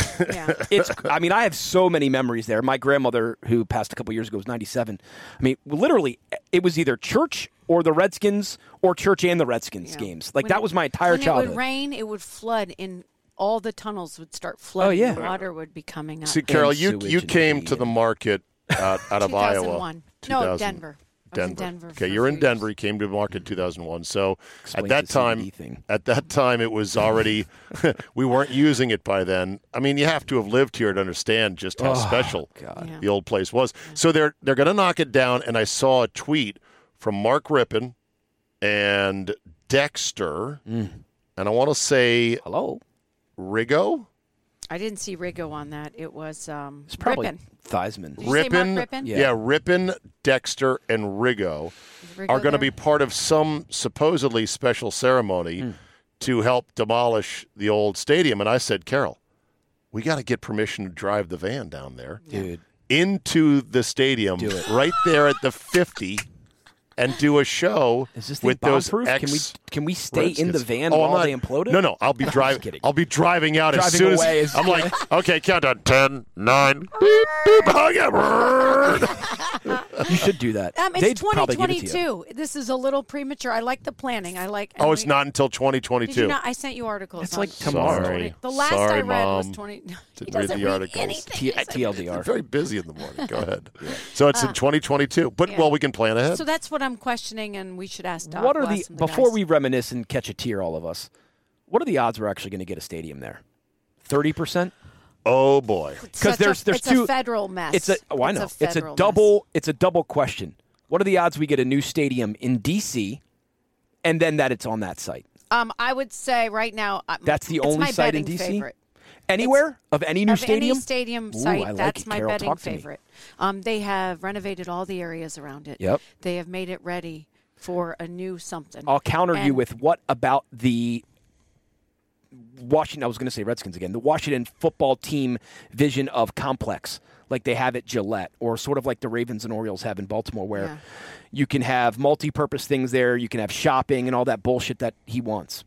Speaker 8: it's I mean, I have so many memories there. My grandmother who passed a couple years ago was 97. I mean, literally it was either church or the Redskins or church and the Redskins games. Like
Speaker 7: When
Speaker 8: that
Speaker 7: it-
Speaker 8: was my entire
Speaker 7: when
Speaker 8: childhood.
Speaker 7: It would rain. It would flood, and all the tunnels would start flooding.
Speaker 8: Oh, yeah.
Speaker 7: the water would be coming up.
Speaker 1: see Carol, you you came to the market out, out of Iowa.
Speaker 7: 2001. No,
Speaker 1: 2000.
Speaker 7: Denver. I was in Denver
Speaker 1: Okay,
Speaker 7: for
Speaker 1: you're in Denver. You came to the market in 2001. So
Speaker 8: Explains
Speaker 1: at that
Speaker 8: the CBD
Speaker 1: time,
Speaker 8: thing.
Speaker 1: at that time, it was already we weren't using it by then. I mean, you have to have lived here to understand just how
Speaker 8: Oh,
Speaker 1: special the old place was. So they're they're going to knock it down. And I saw a tweet from Mark Rippon and Dexter, and I want to say
Speaker 8: hello,
Speaker 1: Rigo.
Speaker 7: I didn't see Rigo on that. It was um, it's
Speaker 1: probably
Speaker 7: Rippin.
Speaker 8: Theismann.
Speaker 7: Did you say Mark Rippon?
Speaker 1: Yeah.
Speaker 7: Yeah.
Speaker 1: Rippon, Dexter, and Rigo,
Speaker 7: Rigo
Speaker 1: are going to be
Speaker 7: there?
Speaker 1: part of some supposedly special ceremony
Speaker 8: Hmm.
Speaker 1: to help demolish the old stadium. And I said, Carol, we got to get permission to drive the van down there,
Speaker 8: dude,
Speaker 1: into the stadium
Speaker 8: Do it.
Speaker 1: right there at the fifty. And do a show
Speaker 8: thing
Speaker 1: with those
Speaker 8: bomb-proof? Can
Speaker 1: ex-
Speaker 8: we- can we stay in
Speaker 1: Redskins.
Speaker 8: the van
Speaker 1: oh, I'm
Speaker 8: while
Speaker 1: not-
Speaker 8: they implode it?
Speaker 1: No, no, I'll be
Speaker 8: I'm just
Speaker 1: driving.
Speaker 8: kidding.
Speaker 1: I'll be driving out as
Speaker 8: Driving
Speaker 1: soon
Speaker 8: away
Speaker 1: as
Speaker 8: as-
Speaker 1: I'm like, okay, countdown, ten, nine, beep, beep, oh yeah, brrrr.
Speaker 8: you should do that.
Speaker 7: Um, it's
Speaker 8: They'd probably give it to you.
Speaker 7: 2022. This is a little premature. I like the planning. I like.
Speaker 1: Oh, it's not until
Speaker 7: Did you
Speaker 1: 2022.
Speaker 7: not? I sent you articles.
Speaker 8: It's
Speaker 7: on
Speaker 8: like
Speaker 7: it.
Speaker 8: tomorrow.
Speaker 1: Sorry.
Speaker 7: The last
Speaker 1: Sorry,
Speaker 7: I read
Speaker 1: Mom.
Speaker 7: was 20. He
Speaker 1: Didn't read
Speaker 7: doesn't
Speaker 1: the articles.
Speaker 7: anything. He said-
Speaker 1: I'm very busy in the morning. Go ahead. So it's in 2022, but
Speaker 7: Ah. yeah.
Speaker 1: well, we can plan ahead.
Speaker 7: So that's what I'm questioning, and we should ask Doc.
Speaker 8: what are the
Speaker 7: Bless and
Speaker 8: before
Speaker 7: guys.
Speaker 8: we reminisce and catch a tear, all of us? What are the odds we're actually going to get a stadium there? Thirty percent.
Speaker 1: Oh boy,
Speaker 8: because
Speaker 7: Such a-
Speaker 8: there's there's
Speaker 7: it's a
Speaker 8: two
Speaker 7: federal mess.
Speaker 8: It's a oh, I
Speaker 7: It's a
Speaker 8: know. it's
Speaker 7: federal
Speaker 8: a
Speaker 7: mess.
Speaker 8: double. It's a double question. What are the odds we get a new stadium in D.C. and then that it's on that site?
Speaker 7: Um, I would say right now um,
Speaker 8: That's the
Speaker 7: it's
Speaker 8: only
Speaker 7: my
Speaker 8: site in
Speaker 7: betting
Speaker 8: D.C.
Speaker 7: favorite.
Speaker 8: Anywhere of any new
Speaker 7: of
Speaker 8: stadium.
Speaker 7: any stadium
Speaker 8: Ooh,
Speaker 7: site,
Speaker 8: I like
Speaker 7: that's
Speaker 8: it.
Speaker 7: my
Speaker 8: Carol,
Speaker 7: betting
Speaker 8: talk to me.
Speaker 7: favorite. Um, they have renovated all the areas around it.
Speaker 8: Yep.
Speaker 7: They have made it ready for a new something.
Speaker 8: I'll counter you
Speaker 7: And-
Speaker 8: with what about the Washington? I was going to say Redskins again. The Washington football team vision of complex, like they have at Gillette, or sort of like the Ravens and Orioles have in Baltimore, where
Speaker 7: Yeah.
Speaker 8: you can have multi-purpose things there, you can have shopping and all that bullshit that he wants.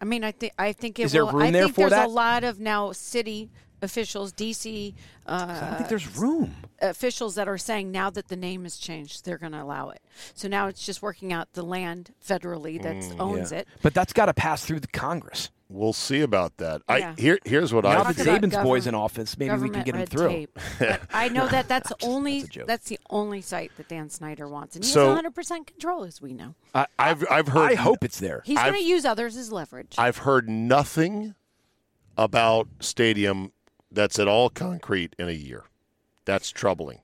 Speaker 7: I mean, I think I think it
Speaker 8: Is there
Speaker 7: will.
Speaker 8: room
Speaker 7: I
Speaker 8: there
Speaker 7: think
Speaker 8: for
Speaker 7: there's
Speaker 8: that?
Speaker 7: a lot of now city officials, DC
Speaker 8: I don't
Speaker 7: uh,
Speaker 8: think there's room.
Speaker 7: officials that are saying now that the name has changed, they're going to allow it. So now it's just working out the land federally that owns
Speaker 8: Mm, Yeah.
Speaker 7: it.
Speaker 8: but that's got to pass through the Congress.
Speaker 1: we'll see about that.
Speaker 7: Yeah.
Speaker 1: I here here's what
Speaker 8: now
Speaker 1: I
Speaker 8: that
Speaker 7: Talk about
Speaker 8: Zabin's boy's
Speaker 7: govern-
Speaker 8: in office, maybe we can
Speaker 7: government
Speaker 8: get him
Speaker 7: red
Speaker 8: through.
Speaker 7: tape. But I know that that's only
Speaker 8: that's a joke.
Speaker 7: that's, the only site that Dan Snyder wants, and he
Speaker 1: So-
Speaker 7: has 100 percent control, as we know.
Speaker 8: I,
Speaker 1: I've I've heard.
Speaker 8: I hope it's there.
Speaker 7: He's going to
Speaker 1: I've-
Speaker 7: use others as leverage.
Speaker 1: I've heard nothing about stadium that's at all concrete in a year. That's troubling.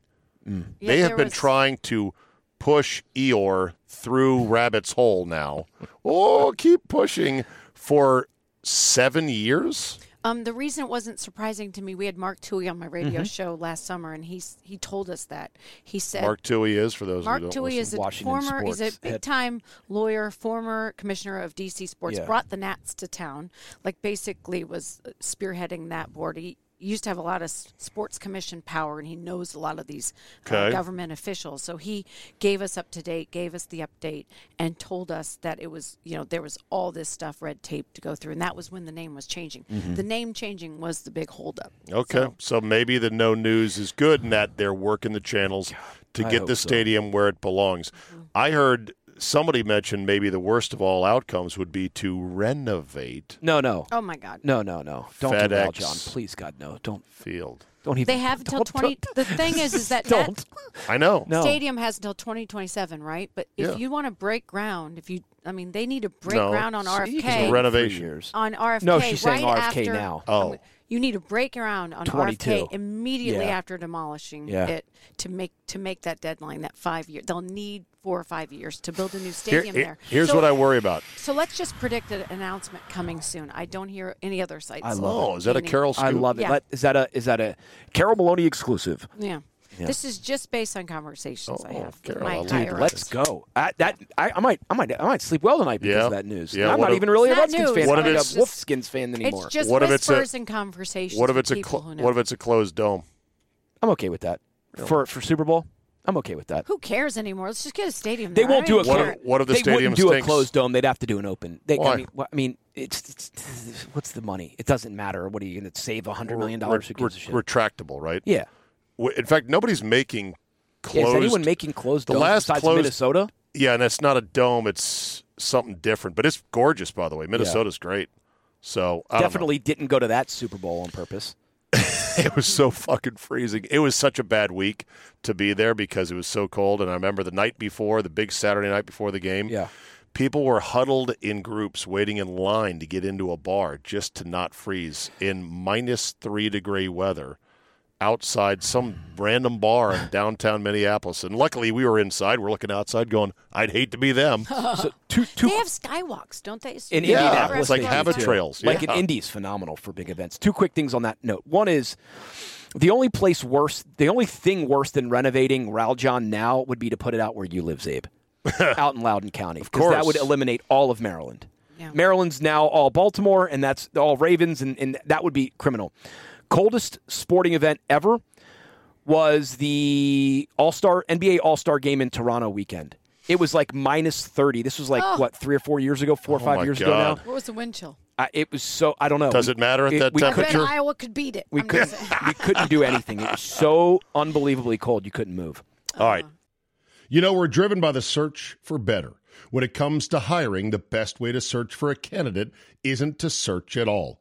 Speaker 7: Yeah,
Speaker 1: they have
Speaker 7: there
Speaker 1: been
Speaker 7: was-
Speaker 1: trying to push Eeyore through Rabbit's Hole now. oh, keep pushing for seven years.
Speaker 7: Um, the reason it wasn't surprising to me, we had Mark Tui on my
Speaker 8: Mm-hmm.
Speaker 7: radio show last summer, and he he told us that he said
Speaker 1: Mark Tui is for those
Speaker 7: Uh, Mark
Speaker 1: who don't
Speaker 7: Tui
Speaker 1: listen.
Speaker 7: is a
Speaker 8: Washington
Speaker 7: former, he's a
Speaker 8: sports head.
Speaker 7: big time lawyer, former commissioner of DC Sports,
Speaker 8: Yeah.
Speaker 7: brought the Nats to town, like basically was uh, spearheading that board. He used to have a lot of s- sports commission power and he knows a lot of these uh,
Speaker 1: Okay.
Speaker 7: government officials. So he gave us up to date, gave us the update, and told us that it was, you know, there was all this stuff, red tape to go through. And that was when the name was changing.
Speaker 8: Mm-hmm.
Speaker 7: The name changing was the big holdup.
Speaker 1: Okay, so. maybe the no news is good in that they're working the channels to
Speaker 8: I
Speaker 1: get
Speaker 8: hope
Speaker 1: the
Speaker 8: so.
Speaker 1: stadium where it belongs.
Speaker 7: Mm-hmm.
Speaker 1: I heard somebody mention maybe the worst of all outcomes would be to renovate
Speaker 8: No, no,
Speaker 7: Oh my God.
Speaker 8: no, no, no. Don't do well,
Speaker 1: FedEx.
Speaker 8: John. Please, God, no. Don't,
Speaker 1: field.
Speaker 8: don't even.
Speaker 7: They have until
Speaker 8: don't-
Speaker 7: 20. The thing is, is that
Speaker 8: Don't.
Speaker 7: Nats-
Speaker 1: I know.
Speaker 8: No.
Speaker 7: stadium has until 2027, right? But if
Speaker 1: Yeah.
Speaker 7: you want to break ground, if you I mean, they need to break
Speaker 6: No,
Speaker 7: ground on
Speaker 6: it's-
Speaker 7: RFK.
Speaker 6: it's a renovation.
Speaker 7: on RFK.
Speaker 8: No, she's saying
Speaker 7: right
Speaker 8: RFK
Speaker 7: after-
Speaker 8: now.
Speaker 6: Oh.
Speaker 7: You need to break ground on
Speaker 8: 22.
Speaker 7: RFK immediately
Speaker 8: Yeah.
Speaker 7: after demolishing
Speaker 8: Yeah.
Speaker 7: it to make to make that deadline. That five year, they'll need four or five years to build a new
Speaker 6: Here-
Speaker 7: stadium there.
Speaker 6: here's
Speaker 7: So-
Speaker 6: what I worry about.
Speaker 7: So let's just predict an announcement coming soon. I don't hear any other sites.
Speaker 8: I love it.
Speaker 6: Oh, is that a
Speaker 7: Meaning-
Speaker 6: Carol
Speaker 8: I
Speaker 6: scoop?
Speaker 8: love it.
Speaker 7: Yeah.
Speaker 8: Let- Is that a is that a Carol Maloney exclusive?
Speaker 7: Yeah.
Speaker 8: Yeah. Oh,
Speaker 7: This is just based on conversations I have. with
Speaker 6: Carol,
Speaker 7: my
Speaker 6: I love
Speaker 7: entire
Speaker 6: that.
Speaker 7: office.
Speaker 8: Let's go. I, that I, I might I might I might sleep well tonight because
Speaker 6: Yeah.
Speaker 8: of that news.
Speaker 6: Yeah,
Speaker 8: And I'm
Speaker 6: what
Speaker 8: not
Speaker 6: if-
Speaker 8: even really a
Speaker 7: It's not
Speaker 8: Redskins
Speaker 7: news.
Speaker 8: fan.
Speaker 6: What
Speaker 8: I'm
Speaker 6: if
Speaker 8: not
Speaker 6: it's-
Speaker 8: a Wolfskins fan anymore?
Speaker 7: It's just
Speaker 6: What if it's a-
Speaker 7: whispers and conversations.
Speaker 6: What if
Speaker 7: with
Speaker 6: it's a
Speaker 7: people
Speaker 6: cl-
Speaker 7: who know.
Speaker 6: what if it's a closed dome?
Speaker 8: I'm okay with that for for Super Bowl. I'm okay with that.
Speaker 7: Who cares anymore? Let's just get a stadium.
Speaker 8: They
Speaker 7: there.
Speaker 8: won't
Speaker 7: I
Speaker 8: do a
Speaker 7: don't
Speaker 6: What
Speaker 7: care.
Speaker 6: if- what if the
Speaker 8: they
Speaker 6: stadium
Speaker 8: wouldn't do a
Speaker 6: stinks?
Speaker 8: closed dome. They'd have to do an open. They,
Speaker 6: Why?
Speaker 8: I mean, wha- I mean it's, it's what's the money? It doesn't matter. What are you going to save a hundred million dollars? Who
Speaker 6: Re-
Speaker 8: gives a shit?
Speaker 6: re- Retractable, right?
Speaker 8: yeah.
Speaker 6: W- In fact, nobody's making
Speaker 8: Yeah,
Speaker 6: closed.
Speaker 8: Is anyone making closed
Speaker 6: the
Speaker 8: domes
Speaker 6: last
Speaker 8: besides
Speaker 6: closed-
Speaker 8: Minnesota?
Speaker 6: Yeah, and it's not a dome; it's something different. But it's gorgeous, by the way. Minnesota's great. So I don't know.
Speaker 8: Definitely didn't go to that Super Bowl on purpose.
Speaker 6: it was so fucking freezing. It was such a bad week to be there because it was so cold. And I remember the night before, the big Saturday night before the game.
Speaker 8: Yeah.
Speaker 6: People were huddled in groups waiting in line to get into a bar just to not freeze in minus three degree weather outside some random bar in downtown Minneapolis. And luckily we were inside. We're looking outside going, I'd hate to be them.
Speaker 8: So two two
Speaker 7: Uh, They have skywalks, don't they?
Speaker 8: in
Speaker 6: Yeah,
Speaker 8: Indianapolis.
Speaker 6: it's like
Speaker 8: they do,
Speaker 6: habit
Speaker 8: too.
Speaker 6: trails,
Speaker 8: Like
Speaker 6: yeah.
Speaker 8: in Indy's phenomenal for big events. Two quick things on that note. One is the only place worse, the only thing worse than renovating Rowljohn now would be to put it out where you live, Zabe, out in Loudoun County, because that
Speaker 6: course.
Speaker 8: would eliminate all of Maryland.
Speaker 7: Yeah.
Speaker 8: Maryland's now all Baltimore, and that's all Ravens, and, and that would be criminal. Coldest sporting event ever was the All Star NBA All Star game in Toronto weekend. It was like minus thirty. This was like
Speaker 7: Oh.
Speaker 8: what three or four years ago, four or
Speaker 6: Oh
Speaker 8: five
Speaker 6: my
Speaker 8: years ago
Speaker 6: God.
Speaker 8: now.
Speaker 7: What was the wind chill?
Speaker 8: I, it was so I don't know.
Speaker 6: Does it matter at that
Speaker 8: we
Speaker 7: I bet
Speaker 6: temperature? Picture.
Speaker 7: Iowa could beat it.
Speaker 8: we
Speaker 7: I'm just
Speaker 8: couldn't.
Speaker 7: saying.
Speaker 8: we couldn't do anything. It was so unbelievably cold. You couldn't move.
Speaker 6: All right.
Speaker 1: You know, we're driven by the search for better. When it comes to hiring, the best way to search for a candidate isn't to search at all.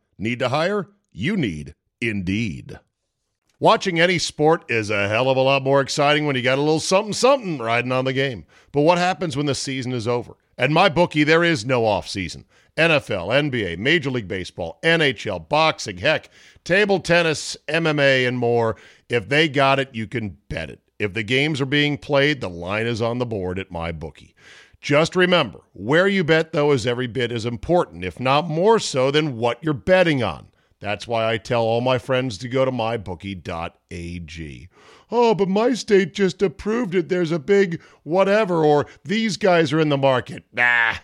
Speaker 1: Need to hire? You need Indeed. Watching any sport is a hell of a lot more exciting when you got a little something something riding on the game. But what happens when the season is over? And my bookie, there is no off season. NFL, NBA, Major League Baseball, NHL, boxing, heck, table tennis, MMA, and more. If they got it, you can bet it. If the games are being played, the line is on the board at my bookie. Just remember, where you bet, though, is every bit as important, if not more so, than what you're betting on. That's why I tell all my friends to go to mybookie.ag. Oh, but my state just approved it. There's a big whatever, or these guys are in the market. Nah.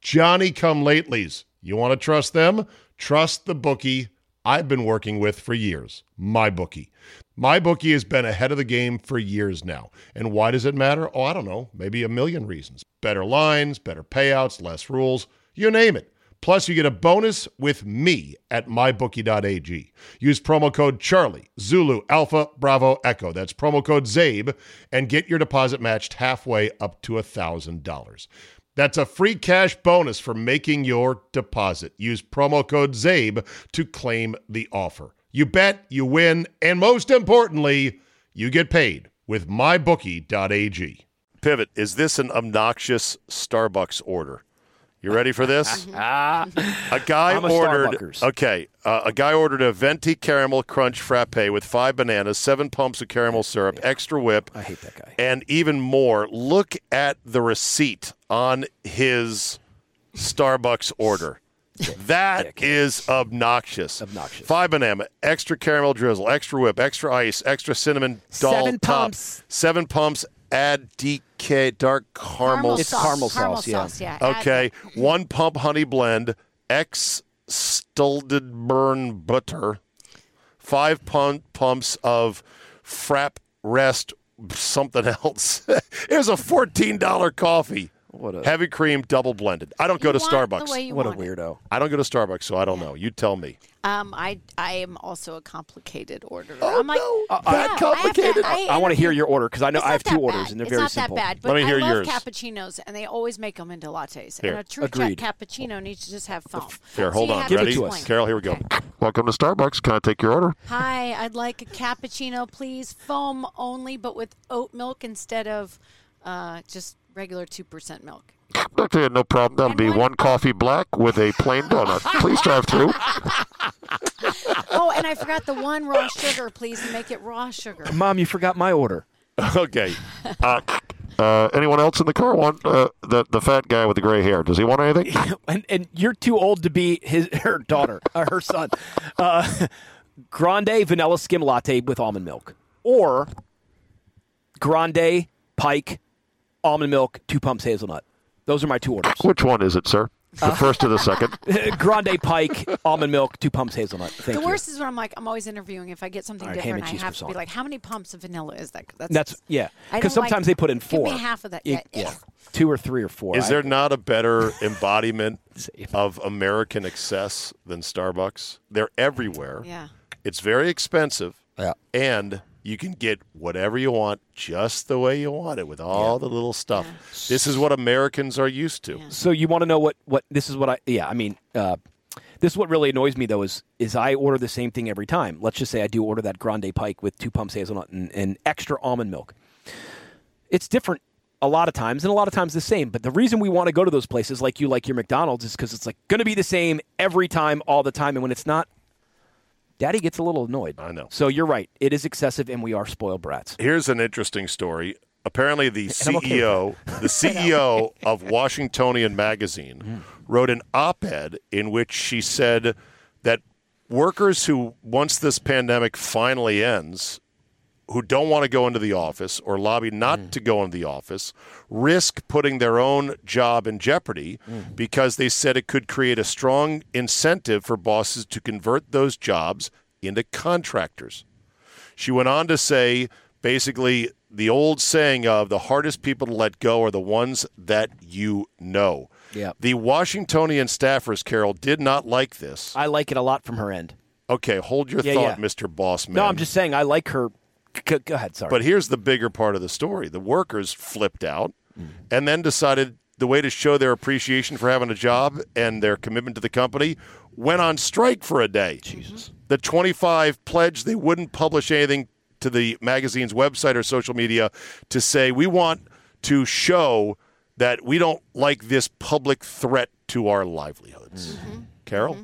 Speaker 1: Johnny come latelys. You want to trust them? Trust the bookie I've been working with for years, MyBookie. MyBookie has been ahead of the game for years now. And why does it matter? Oh, I don't know. Maybe a million reasons. Better lines, better payouts, less rules, you name it. Plus, you get a bonus with me at mybookie.ag. Use promo code Charlie, Zulu, Alpha, Bravo, Echo. That's promo code ZABE and get your deposit matched halfway up to $1,000. That's a free cash bonus for making your deposit. Use promo code ZABE to claim the offer. You bet, you win, and most importantly, you get paid with mybookie.ag.
Speaker 6: Pivot, is this an obnoxious Starbucks order?
Speaker 1: You ready for this?
Speaker 6: Ah. A guy
Speaker 8: I'm a
Speaker 6: ordered
Speaker 8: Starbuckers.
Speaker 6: okay. Uh, a guy ordered a venti caramel crunch frappe with five bananas, seven pumps of caramel syrup, extra whip.
Speaker 8: I hate that guy.
Speaker 6: and even more. Look at the receipt on his Starbucks order.
Speaker 1: That is obnoxious. Obnoxious. Five banana, extra caramel drizzle, extra whip, extra ice, extra cinnamon doll
Speaker 11: Seven
Speaker 1: top,
Speaker 11: pumps.
Speaker 1: seven pumps. Add DK dark caramel.
Speaker 11: Caramel It's sauce. caramel Caramel sauce, yeah. sauce, yeah. Add-
Speaker 1: Okay. One pump honey blend. X stalded burn butter. Five pump pumps of frap rest something else. Here's a fourteen dollar coffee. What a heavy cream double blended. I don't go to
Speaker 7: You want the
Speaker 1: Starbucks.
Speaker 7: way you What a want it.
Speaker 8: weirdo.
Speaker 1: I don't go to Starbucks, so I don't know. You tell me.
Speaker 7: Um, I I am also a complicated orderer. Oh, I'm like,
Speaker 8: that
Speaker 7: complicated.
Speaker 8: I, want to hear your order because I know I have two orders and they're
Speaker 7: it's
Speaker 8: very
Speaker 7: not
Speaker 8: simple.
Speaker 7: that bad. But I love cappuccinos, and they always make them into lattes.
Speaker 1: Here.
Speaker 7: And a true ca-
Speaker 1: Agreed.
Speaker 7: cappuccino needs to just have foam.
Speaker 1: Here,
Speaker 7: So
Speaker 1: hold
Speaker 7: you
Speaker 1: on.
Speaker 7: have
Speaker 1: Ready?
Speaker 7: to explain.
Speaker 1: Carol, here we go. Welcome to Starbucks. Can I take your order?
Speaker 7: Hi, I'd like a cappuccino, please. Foam only, but with oat milk instead of uh, just regular two percent milk.
Speaker 1: Okay, no problem. That'll be one coffee black with a plain donut. Please drive through.
Speaker 7: oh, and I forgot the one raw sugar, please, and make it raw sugar.
Speaker 8: Mom, you forgot my order.
Speaker 1: okay. Uh, uh, anyone else in the car want uh, the the fat guy with the gray hair? Does he want anything?
Speaker 8: and and you're too old to be his her daughter or her son. Uh, grande vanilla skim latte with almond milk, or grande pike almond milk two pumps hazelnut. Those are my two orders.
Speaker 1: Which one is it, sir? The first or the second?
Speaker 8: grande pike almond milk two pumps hazelnut. Thank
Speaker 7: the
Speaker 8: you.
Speaker 7: worst is when I'm like, I'm always interviewing. If I get something
Speaker 8: All right, ham
Speaker 7: different,
Speaker 8: and
Speaker 7: I
Speaker 8: cheese
Speaker 7: have to be
Speaker 8: croissant.
Speaker 7: like, how many pumps of vanilla is that?
Speaker 8: That's yeah.
Speaker 7: I
Speaker 8: Because
Speaker 7: don't like-
Speaker 8: sometimes they put in
Speaker 7: give
Speaker 8: four.
Speaker 7: me half of that.
Speaker 8: Yeah,
Speaker 7: Yeah.
Speaker 8: yeah. two or three or four.
Speaker 1: Is
Speaker 8: I-
Speaker 1: there not a better embodiment of American excess than Starbucks? They're everywhere.
Speaker 7: Yeah.
Speaker 1: It's very expensive. Yeah. And you can get whatever you want just the way you want it with all the little stuff. This is what Americans are used to.
Speaker 8: So you want to know what what this is what I yeah I mean uh, this is what really annoys me though is is I order the same thing every time. Let's just say I do order that grande pike with two pumps hazelnut and, and extra almond milk. It's different a lot of times and a lot of times the same. But the reason we want to go to those places like you like your McDonald's is because it's like going to be the same every time all the time. And when it's not, Daddy gets a little annoyed. I know. So you're right. It is excessive and we are spoiled brats.
Speaker 1: Here's an interesting story. Apparently, the
Speaker 8: I'm okay
Speaker 1: CEO, the CEO of Washingtonian Magazine,
Speaker 8: Mm.
Speaker 1: wrote an op-ed in which she said that workers who, once this pandemic finally ends, who don't want to go into the office or lobby not
Speaker 8: Mm.
Speaker 1: to go into the office, risk putting their own job in jeopardy
Speaker 8: Mm.
Speaker 1: because they said it could create a strong incentive for bosses to convert those jobs into contractors. She went on to say basically the old saying of the hardest people to let go are the ones that you know.
Speaker 8: Yeah.
Speaker 1: The Washingtonian staffers, Carol, did not like this.
Speaker 8: I like it a lot from her end.
Speaker 1: Okay, hold your
Speaker 8: Yeah,
Speaker 1: thought,
Speaker 8: yeah.
Speaker 1: Mr. Bossman.
Speaker 8: No, I'm just saying I like her. Go go ahead. Sorry.
Speaker 1: But here's the bigger part of the story. The workers flipped out and then decided the way to show their appreciation for having a job and their commitment to the company went on strike for a day. Jesus. The 25 pledged they wouldn't publish anything to the magazine's website or social media to say we want to show that we don't like this public threat to our livelihoods. Carol?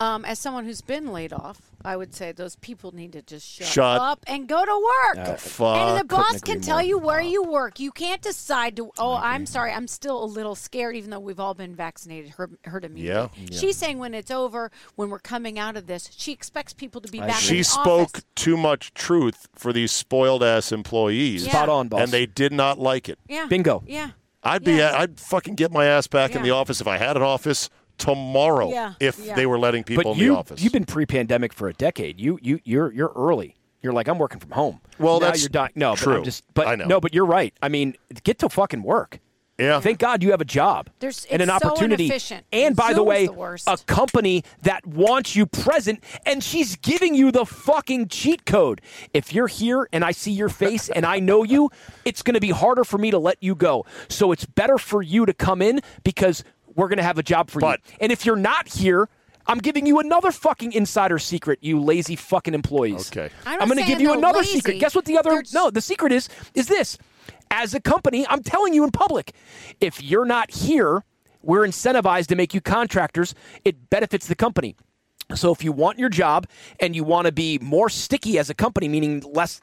Speaker 7: Um, as someone who's been laid off, I would say those people need to just shut,
Speaker 1: Shut
Speaker 7: up and go to work.
Speaker 1: the fuck.
Speaker 7: and the
Speaker 1: Couldn't
Speaker 7: boss
Speaker 1: agree
Speaker 7: can tell
Speaker 1: more.
Speaker 7: you where you work. You can't decide to. Oh, I'm sorry. I'm still a little scared, even though we've all been vaccinated. Her, herd immunity.
Speaker 1: Yeah. Yeah.
Speaker 7: She's saying when it's over, when we're coming out of this, she expects people to be back. in
Speaker 1: She
Speaker 7: the
Speaker 1: spoke
Speaker 7: office.
Speaker 1: too much truth for these spoiled ass employees.
Speaker 7: Yeah. Spot on, boss.
Speaker 1: And they did not like it.
Speaker 7: Yeah. Yeah.
Speaker 1: I'd be I'd fucking get my ass back in the
Speaker 7: Yeah.
Speaker 1: office if I had an office tomorrow
Speaker 7: Yeah.
Speaker 1: if
Speaker 7: Yeah.
Speaker 1: they were letting people
Speaker 8: but
Speaker 1: in
Speaker 8: you,
Speaker 1: the office.
Speaker 8: You've been pre-pandemic for a decade. You you you're you're early. You're like I'm working from home.
Speaker 1: Well,
Speaker 8: Now
Speaker 1: that's
Speaker 8: you're di- no, But
Speaker 1: true.
Speaker 8: I'm just, but
Speaker 1: I know.
Speaker 8: No, but you're right. I mean, get to fucking work.
Speaker 1: Yeah.
Speaker 8: Thank God you have a job
Speaker 7: There's-
Speaker 8: and an
Speaker 7: it's so
Speaker 8: opportunity.
Speaker 7: inefficient.
Speaker 8: And by the
Speaker 7: Zoom's
Speaker 8: way,
Speaker 7: the worst.
Speaker 8: a company that wants you present, and she's giving you the fucking cheat code. If you're here and I see your face and I know you, it's going to be harder for me to let you go. So it's better for you to come in because we're going to have a job for you. And if you're not here, I'm giving you another fucking insider secret, you lazy fucking employees. Okay.
Speaker 11: I'm
Speaker 8: I'm,
Speaker 11: not
Speaker 8: going to
Speaker 11: saying
Speaker 8: give you
Speaker 11: they're
Speaker 8: another
Speaker 11: lazy.
Speaker 8: secret. Guess what the other No, the secret is is this. As a company, I'm telling you in public, if you're not here, we're incentivized to make you contractors. It benefits the company. So if you want your job and you want to be more sticky as a company, meaning less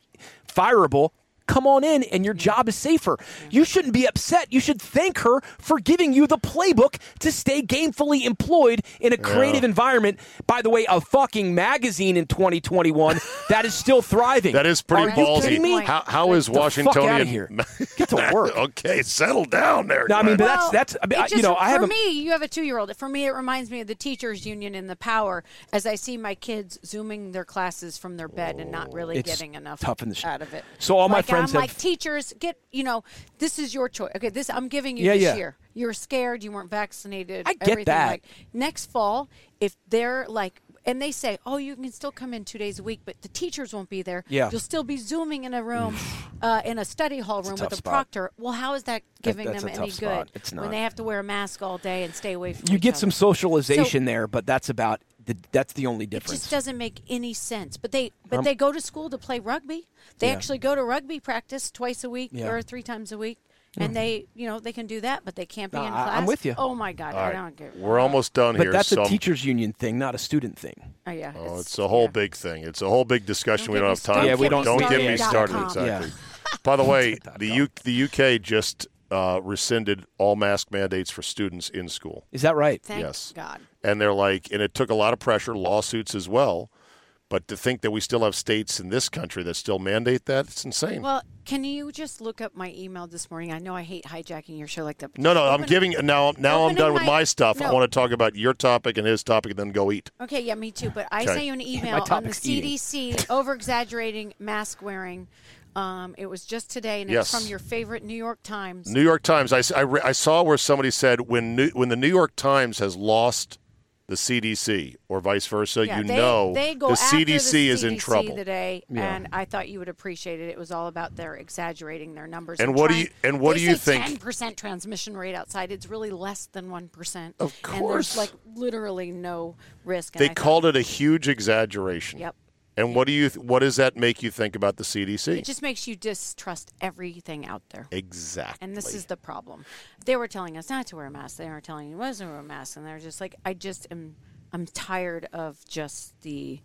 Speaker 8: fireable, come on in and your job is safer. You shouldn't be upset. You should thank her for giving you the playbook to stay gamefully employed in a creative environment. By the way, a fucking magazine in 2021 that is still thriving.
Speaker 1: That is pretty
Speaker 8: Are
Speaker 1: ballsy.
Speaker 8: You kidding me?
Speaker 1: How, how is
Speaker 8: The fuck outta
Speaker 1: Washingtonian
Speaker 8: here?
Speaker 1: Get to work. okay, settle down there.
Speaker 8: No, I mean,
Speaker 1: Glenn.
Speaker 8: but that's that's. I mean,
Speaker 7: It
Speaker 8: I-
Speaker 7: just,
Speaker 8: you know, I
Speaker 7: for
Speaker 8: haven't.
Speaker 7: me, you have a two-year-old. For me, it reminds me of the teachers' union and the power as I see my kids zooming their classes from their bed and not really
Speaker 8: It's
Speaker 7: getting enough
Speaker 8: tough in the sh-
Speaker 7: out of it.
Speaker 8: So all my
Speaker 7: Like,
Speaker 8: friends
Speaker 7: I'm
Speaker 8: have-
Speaker 7: like teachers get you know this is your choice. Okay, this I'm giving you
Speaker 8: Yeah,
Speaker 7: this
Speaker 8: yeah.
Speaker 7: year. You were scared. You weren't vaccinated.
Speaker 8: I get
Speaker 7: everything.
Speaker 8: that.
Speaker 7: Like next fall, if they're like. And they say, "Oh, you can still come in two days a week, but the teachers won't be there.
Speaker 8: Yeah.
Speaker 7: You'll still be zooming in a room, uh, in a study hall
Speaker 8: a
Speaker 7: room
Speaker 8: tough
Speaker 7: with a
Speaker 8: spot.
Speaker 7: proctor. Well, how is that giving
Speaker 8: that's
Speaker 7: them
Speaker 8: a
Speaker 7: any
Speaker 8: tough
Speaker 7: good
Speaker 8: spot. It's
Speaker 7: when
Speaker 8: not.
Speaker 7: they have to wear a mask all day and stay away from
Speaker 8: You
Speaker 7: each
Speaker 8: get
Speaker 7: other.
Speaker 8: some socialization there, but that's about. The, that's the only
Speaker 7: It
Speaker 8: difference.
Speaker 7: just doesn't make any sense. But they but
Speaker 8: Um,
Speaker 7: they go to school to play rugby. They
Speaker 8: Yeah.
Speaker 7: actually go to rugby practice twice a week
Speaker 8: Yeah.
Speaker 7: or three times a week. And they, you know, they can do that, but they can't be
Speaker 8: No,
Speaker 7: in
Speaker 8: I- I'm
Speaker 7: class.
Speaker 8: with you.
Speaker 7: Oh my God,
Speaker 1: All
Speaker 7: I
Speaker 1: right.
Speaker 7: don't get.
Speaker 1: We're almost done
Speaker 8: but
Speaker 1: here.
Speaker 8: that's
Speaker 1: so
Speaker 8: a teachers' union thing, not a student thing.
Speaker 7: Oh yeah.
Speaker 1: Oh, it's a whole big thing. It's a whole big discussion.
Speaker 8: Don't
Speaker 1: we
Speaker 8: get
Speaker 1: don't
Speaker 8: me
Speaker 1: have time.
Speaker 8: started. Yeah, we
Speaker 1: for.
Speaker 8: don't
Speaker 1: Don't get me
Speaker 8: start.
Speaker 1: started.
Speaker 8: Yeah.
Speaker 1: Exactly. By the way, the U- the UK just uh, rescinded all mask mandates for students in school.
Speaker 8: Is that right?
Speaker 7: Thank
Speaker 1: yes.
Speaker 7: God.
Speaker 1: And they're like, and it took a lot of pressure, lawsuits as well. But to think that we still have states in this country that still mandate that, it's insane.
Speaker 7: Well, can you just look up my email this morning? I know I hate hijacking your show like that. but
Speaker 1: no,
Speaker 7: just
Speaker 1: no, I'm
Speaker 7: open-
Speaker 1: giving now. Now I'm
Speaker 7: opening
Speaker 1: done with
Speaker 7: my-
Speaker 1: my stuff. I
Speaker 7: no.
Speaker 1: want to talk about your topic and his topic, and then go eat.
Speaker 7: Okay, yeah, me too. But I
Speaker 1: Okay.
Speaker 7: sent you an
Speaker 1: My
Speaker 7: email on the
Speaker 1: topic's eating.
Speaker 7: CDC over exaggerating mask wearing. Um, it was just today, and it's
Speaker 1: Yes.
Speaker 7: from your favorite New York Times.
Speaker 1: New York Times. I, s- I re- I saw where somebody said when New, when the New York Times has lost the CDC or vice versa,
Speaker 7: Yeah,
Speaker 1: you
Speaker 7: they-
Speaker 1: know
Speaker 7: they go
Speaker 1: the
Speaker 7: after
Speaker 1: CDC is in
Speaker 7: CDC
Speaker 1: trouble.
Speaker 7: today,
Speaker 1: Yeah.
Speaker 7: and I thought you would appreciate it. It was all about their exaggerating their numbers.
Speaker 1: And what do you- and what
Speaker 7: they
Speaker 1: do you
Speaker 7: say
Speaker 1: think-
Speaker 7: 10% transmission rate outside. It's really less than one percent.
Speaker 1: Of
Speaker 7: and there's
Speaker 1: course.
Speaker 7: like literally no risk. And
Speaker 1: they
Speaker 7: I thought-
Speaker 1: called it a huge exaggeration.
Speaker 7: Yep.
Speaker 1: And what do you th- what does that make you think about the CDC?
Speaker 7: It just makes you distrust everything out there.
Speaker 1: exactly.
Speaker 7: And this is the problem. They were telling us not to wear a mask. They were telling you was to wear a mask, and they're just like, I just am. I'm tired of just the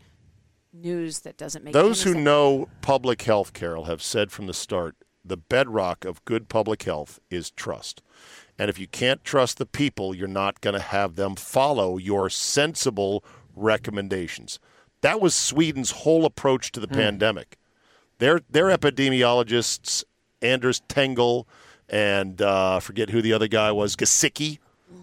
Speaker 7: news that doesn't make
Speaker 1: Those
Speaker 7: any
Speaker 1: who
Speaker 7: sense.
Speaker 1: know public health, Carol, have said from the start the bedrock of good public health is trust. And if you can't trust the people, you're not going to have them follow your sensible recommendations. That was Sweden's whole approach to the pandemic. Their, their epidemiologists, Anders Tengel, and uh, I forget who the other guy was, Gasicki,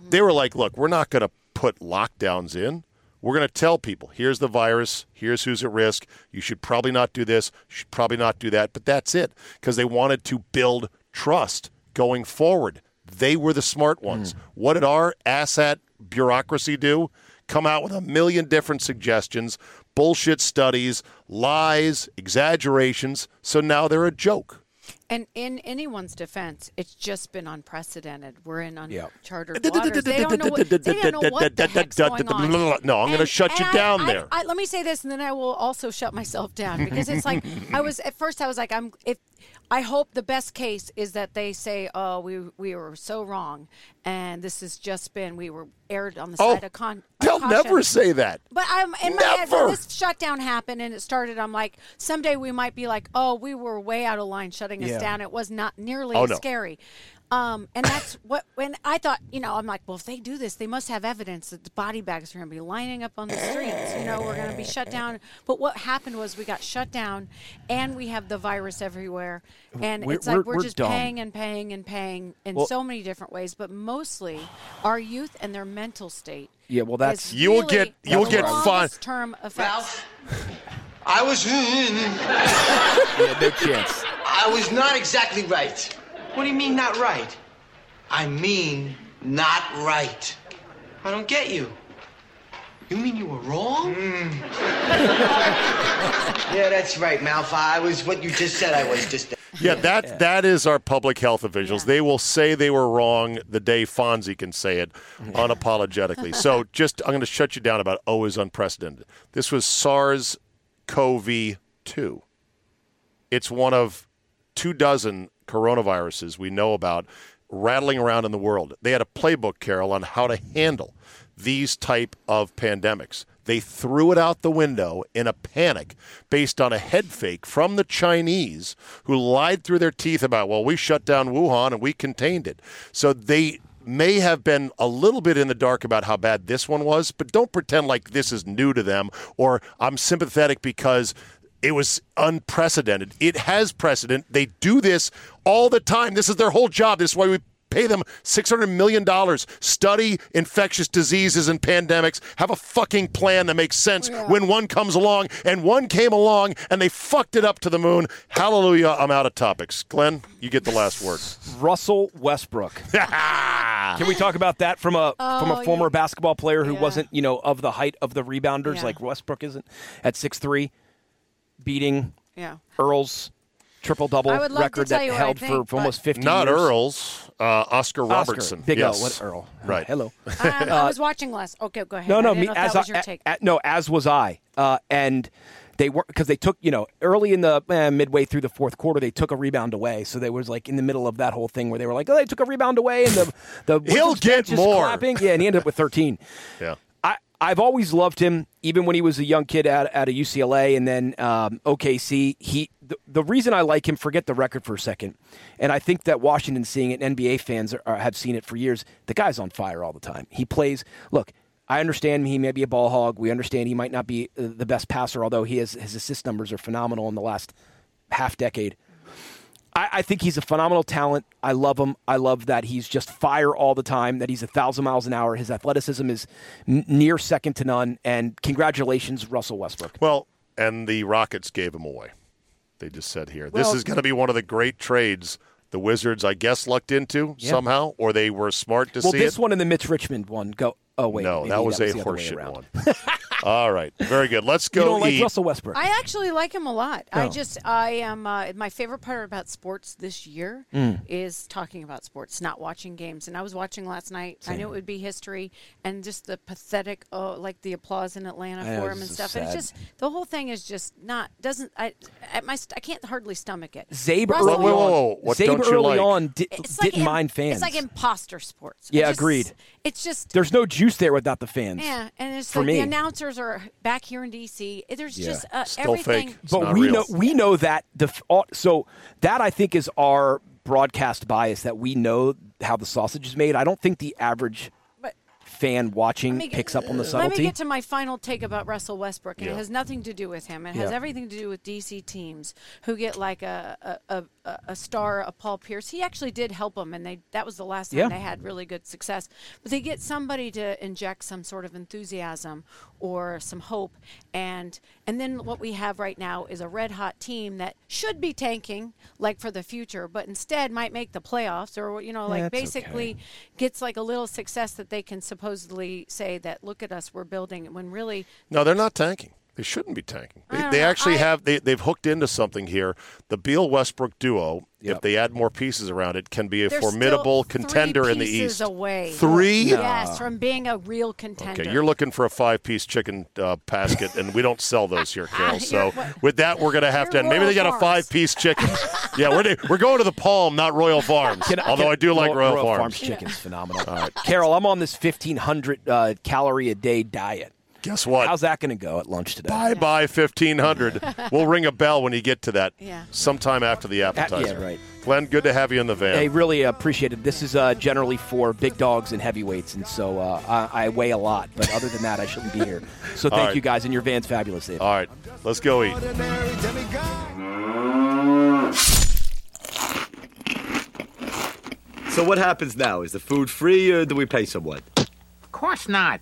Speaker 1: they were like, look, we're not going to put lockdowns in. We're going to tell people, here's the virus, here's who's at risk. You should probably not do this, you should probably not do that. But that's it because they wanted to build trust going forward. They were the smart ones. What did our asset bureaucracy do? Come out with a million different suggestions, bullshit studies, lies, exaggerations. So now they're a joke.
Speaker 7: And in anyone's defense, it's just been unprecedented. We're in
Speaker 1: Yeah.
Speaker 7: uncharted waters. They don't know what, they don't know what the heck's going on.
Speaker 1: No, I'm going to shut
Speaker 7: And
Speaker 1: you
Speaker 7: I-
Speaker 1: down
Speaker 7: I-
Speaker 1: there.
Speaker 7: I- let me say this, and then I will also shut myself down because it's like I was at first. I was like, I'm if I hope the best case is that they say, oh, we we were so wrong, and this has just been we were aired on the
Speaker 1: Oh,
Speaker 7: side of con. of
Speaker 1: They'll
Speaker 7: caution.
Speaker 1: never say that.
Speaker 7: But I'm in my head when
Speaker 1: Never.
Speaker 7: this shutdown happened and it started. I'm like, someday we might be like, oh, we were way out of line shutting
Speaker 1: Yeah.
Speaker 7: us down. It was not nearly
Speaker 1: Oh,
Speaker 7: as
Speaker 1: no.
Speaker 7: scary. Um, and that's what when I thought, you know, I'm like, well, if they do this, they must have evidence that the body bags are going to be lining up on the streets. You know, we're going to be shut down. But what happened was we got shut down, and we have the virus everywhere, and
Speaker 8: We're-
Speaker 7: it's like
Speaker 8: we're-
Speaker 7: we're,
Speaker 8: we're
Speaker 7: just
Speaker 8: dumb.
Speaker 7: paying and paying and paying in
Speaker 8: Well-
Speaker 7: so many different ways, but mostly our youth and their mental state
Speaker 8: Yeah, well, that's
Speaker 7: you will get you will get fun.
Speaker 8: fun.
Speaker 7: Term effects.
Speaker 4: I was. yeah,
Speaker 8: no chance.
Speaker 4: I was not exactly right. What do you mean, not right? I mean, not right. I don't get you. You mean you were wrong? yeah, that's right, Malfa. I was what you just said I was just.
Speaker 1: Yeah, that that is our public health officials. They will say they were wrong the day Fonzie can say it unapologetically. so just I'm going to shut you down about O is unprecedented. This was SARS-CoV-2. It's one of two dozen coronaviruses we know about rattling around in the world. They had a playbook, Carol, on how to handle. these type of pandemics. They threw it out the window in a panic based on a head fake from the Chinese who lied through their teeth about, well, we shut down Wuhan and we contained it. So they may have been a little bit in the dark about how bad this one was, but don't pretend like this is new to them or I'm sympathetic because it was unprecedented. It has precedent. They do this all the time. This is their whole job. This is why we pay them $600 million. Study infectious diseases and pandemics. Have a fucking plan that makes sense when one comes along. And one came along and they fucked it up to the moon. Hallelujah. I'm out of topics. Glenn, you get the last word.
Speaker 8: Russell Westbrook. Can we talk about that from a from
Speaker 7: Oh,
Speaker 8: a former basketball player who wasn't, you know, of the height of the rebounders like Westbrook isn't at six three, beating
Speaker 7: Yeah.
Speaker 8: Earl's triple double
Speaker 7: I would love to
Speaker 8: record
Speaker 7: tell
Speaker 8: that
Speaker 7: you what I
Speaker 8: held for
Speaker 7: think, but-
Speaker 8: almost fifty.
Speaker 1: Not
Speaker 8: years.
Speaker 1: Earl's, uh, Oscar Robertson.
Speaker 8: Big O,
Speaker 1: yes.
Speaker 8: what Earl?
Speaker 1: Right.
Speaker 8: Hello.
Speaker 7: Um, I was watching last. Okay, go ahead.
Speaker 8: Uh, No,
Speaker 7: I
Speaker 8: no,
Speaker 7: didn't
Speaker 8: me
Speaker 7: know if
Speaker 8: as
Speaker 7: that was
Speaker 8: I,
Speaker 7: your
Speaker 8: a-
Speaker 7: take.
Speaker 8: a- no, as was I. Uh, and they were because they took you know early in the eh, midway through the fourth quarter they took a rebound away, so they was like in the middle of that whole thing where they were like, oh, they took a rebound away, and the the
Speaker 1: He'll get
Speaker 8: just
Speaker 1: more.
Speaker 8: clapping. Yeah, and he ended up with thirteen.
Speaker 1: Yeah.
Speaker 8: I, I've always loved him, even when he was a young kid out, out of UCLA and then um, OKC. He the, the reason I like him, forget the record for a second, and I think that Washington seeing it, and NBA fans are, are- have seen it for years. The guy's on fire all the time. He plays. Look, I understand he may be a ball hog. We understand he might not be uh, the best passer, although he has, his assist numbers are phenomenal in the last half decade. I, I think he's a phenomenal talent. I love him. I love that he's just fire all the time, that he's a thousand miles an hour. His athleticism is n- near second to none. And congratulations, Russell Westbrook.
Speaker 1: Well, and the Rockets gave him away. They just said here, this
Speaker 8: Well-
Speaker 1: is going to be one of the great trades the Wizards, I guess, lucked into
Speaker 8: Yeah.
Speaker 1: somehow, or they were smart to
Speaker 8: well,
Speaker 1: see
Speaker 8: this
Speaker 1: it.
Speaker 8: one and the Mitch Richmond one go. Oh, wait.
Speaker 1: no,
Speaker 8: maybe
Speaker 1: that was,
Speaker 8: the
Speaker 1: a
Speaker 8: other way
Speaker 1: horseshit
Speaker 8: around.
Speaker 1: one. All right, very good. Let's go
Speaker 8: you don't
Speaker 1: eat.
Speaker 8: like Russell Westbrook.
Speaker 7: I actually like him a lot. I
Speaker 8: Oh.
Speaker 1: No.
Speaker 7: just, I am, uh, my favorite part about sports this year
Speaker 1: Mm.
Speaker 7: is talking about sports, not watching games. And I was watching last night. I
Speaker 5: Same.
Speaker 7: knew it would be history and just the pathetic, oh, like the applause in Atlanta
Speaker 5: I know,
Speaker 7: for
Speaker 5: it's
Speaker 7: him and
Speaker 5: so
Speaker 7: stuff. And it's
Speaker 5: sad.
Speaker 7: just, the whole thing is just not, doesn't, I, I, my, st- I can't hardly stomach it.
Speaker 8: Zabe
Speaker 7: Russell-
Speaker 8: early
Speaker 1: Whoa, whoa, whoa,
Speaker 8: on,
Speaker 1: what
Speaker 8: Zabe
Speaker 1: don't you
Speaker 8: early
Speaker 1: like?
Speaker 8: on di-
Speaker 7: It's
Speaker 8: didn't
Speaker 7: like im-
Speaker 8: mind fans.
Speaker 7: It's like imposter sports. I
Speaker 8: yeah,
Speaker 7: just-
Speaker 8: agreed.
Speaker 7: It's just,
Speaker 8: There's no juice there without the fans.
Speaker 7: yeah, and it's
Speaker 8: For
Speaker 7: like
Speaker 8: me.
Speaker 7: the announcers are back here in DC. There's just uh, everything.
Speaker 8: But we know we know that the f- all- so that I think is our broadcast bias that we know how the sausage is made. I don't think the average
Speaker 7: But-
Speaker 8: fan watching
Speaker 7: Let me get-
Speaker 8: picks up on the
Speaker 7: Let me
Speaker 8: subtlety.
Speaker 7: get to my final take about Russell Westbrook, and
Speaker 8: Yeah.
Speaker 7: it has nothing to do with him. It has
Speaker 8: Yeah.
Speaker 7: everything to do with DC teams who get like a a, a, a star, a Paul Pierce. He actually did help them, and they that was the last time
Speaker 5: Yeah.
Speaker 7: they had really good success. But they get somebody to inject some sort of enthusiasm or some hope, and and then what we have right now is a red hot team that should be tanking, like for the future, but instead might make the playoffs or you know like
Speaker 5: That's okay.
Speaker 7: basically gets like a little success that they can supposedly say that look at us we're building when really
Speaker 1: No, they're not tanking. They shouldn't be tanking.
Speaker 7: I
Speaker 1: They,
Speaker 7: don't
Speaker 1: they
Speaker 8: Uh,
Speaker 7: know.
Speaker 1: actually
Speaker 7: I-
Speaker 1: have they, they've hooked into something here. The Beal Westbrook duo, if they add more pieces around it, can be a
Speaker 7: they're
Speaker 1: formidable
Speaker 7: still
Speaker 1: contender
Speaker 7: three
Speaker 1: in the
Speaker 7: pieces
Speaker 1: East.
Speaker 7: away
Speaker 1: Three?
Speaker 7: yes from being a real contender
Speaker 1: Okay, you're looking for a five-piece chicken uh, basket, and we don't sell those here, Carol. So
Speaker 7: what-
Speaker 1: with that, we're gonna have to.
Speaker 7: You're
Speaker 1: End. Maybe they got
Speaker 7: Royal
Speaker 1: a five-piece chicken. yeah, we're, we're going to the Palm, not Royal Farms.
Speaker 8: Can I-
Speaker 1: Although
Speaker 8: can-
Speaker 1: I do like
Speaker 8: Royal-
Speaker 1: Royal,
Speaker 8: Royal
Speaker 1: Farms.
Speaker 8: Farms chicken's phenomenal. All right, Carol, I'm on this 1500 uh, calorie a day diet.
Speaker 1: Guess what?
Speaker 8: How's that going to go at lunch today?
Speaker 1: Bye bye fifteen hundred. we'll ring a bell when you get to that.
Speaker 8: Yeah.
Speaker 1: Sometime after the appetizer.
Speaker 8: right.
Speaker 1: Glenn, good to have you in the van.
Speaker 8: Hey, really appreciate it. This is uh, generally for big dogs and heavyweights, and so uh, I, I weigh a lot. But other than that, I shouldn't be here. So
Speaker 1: All
Speaker 8: thank
Speaker 1: right.
Speaker 8: you guys, and your van's fabulous. Dave.
Speaker 1: All right, let's go eat.
Speaker 12: So what happens now? Is the food free or do we pay someone?
Speaker 13: Of course not.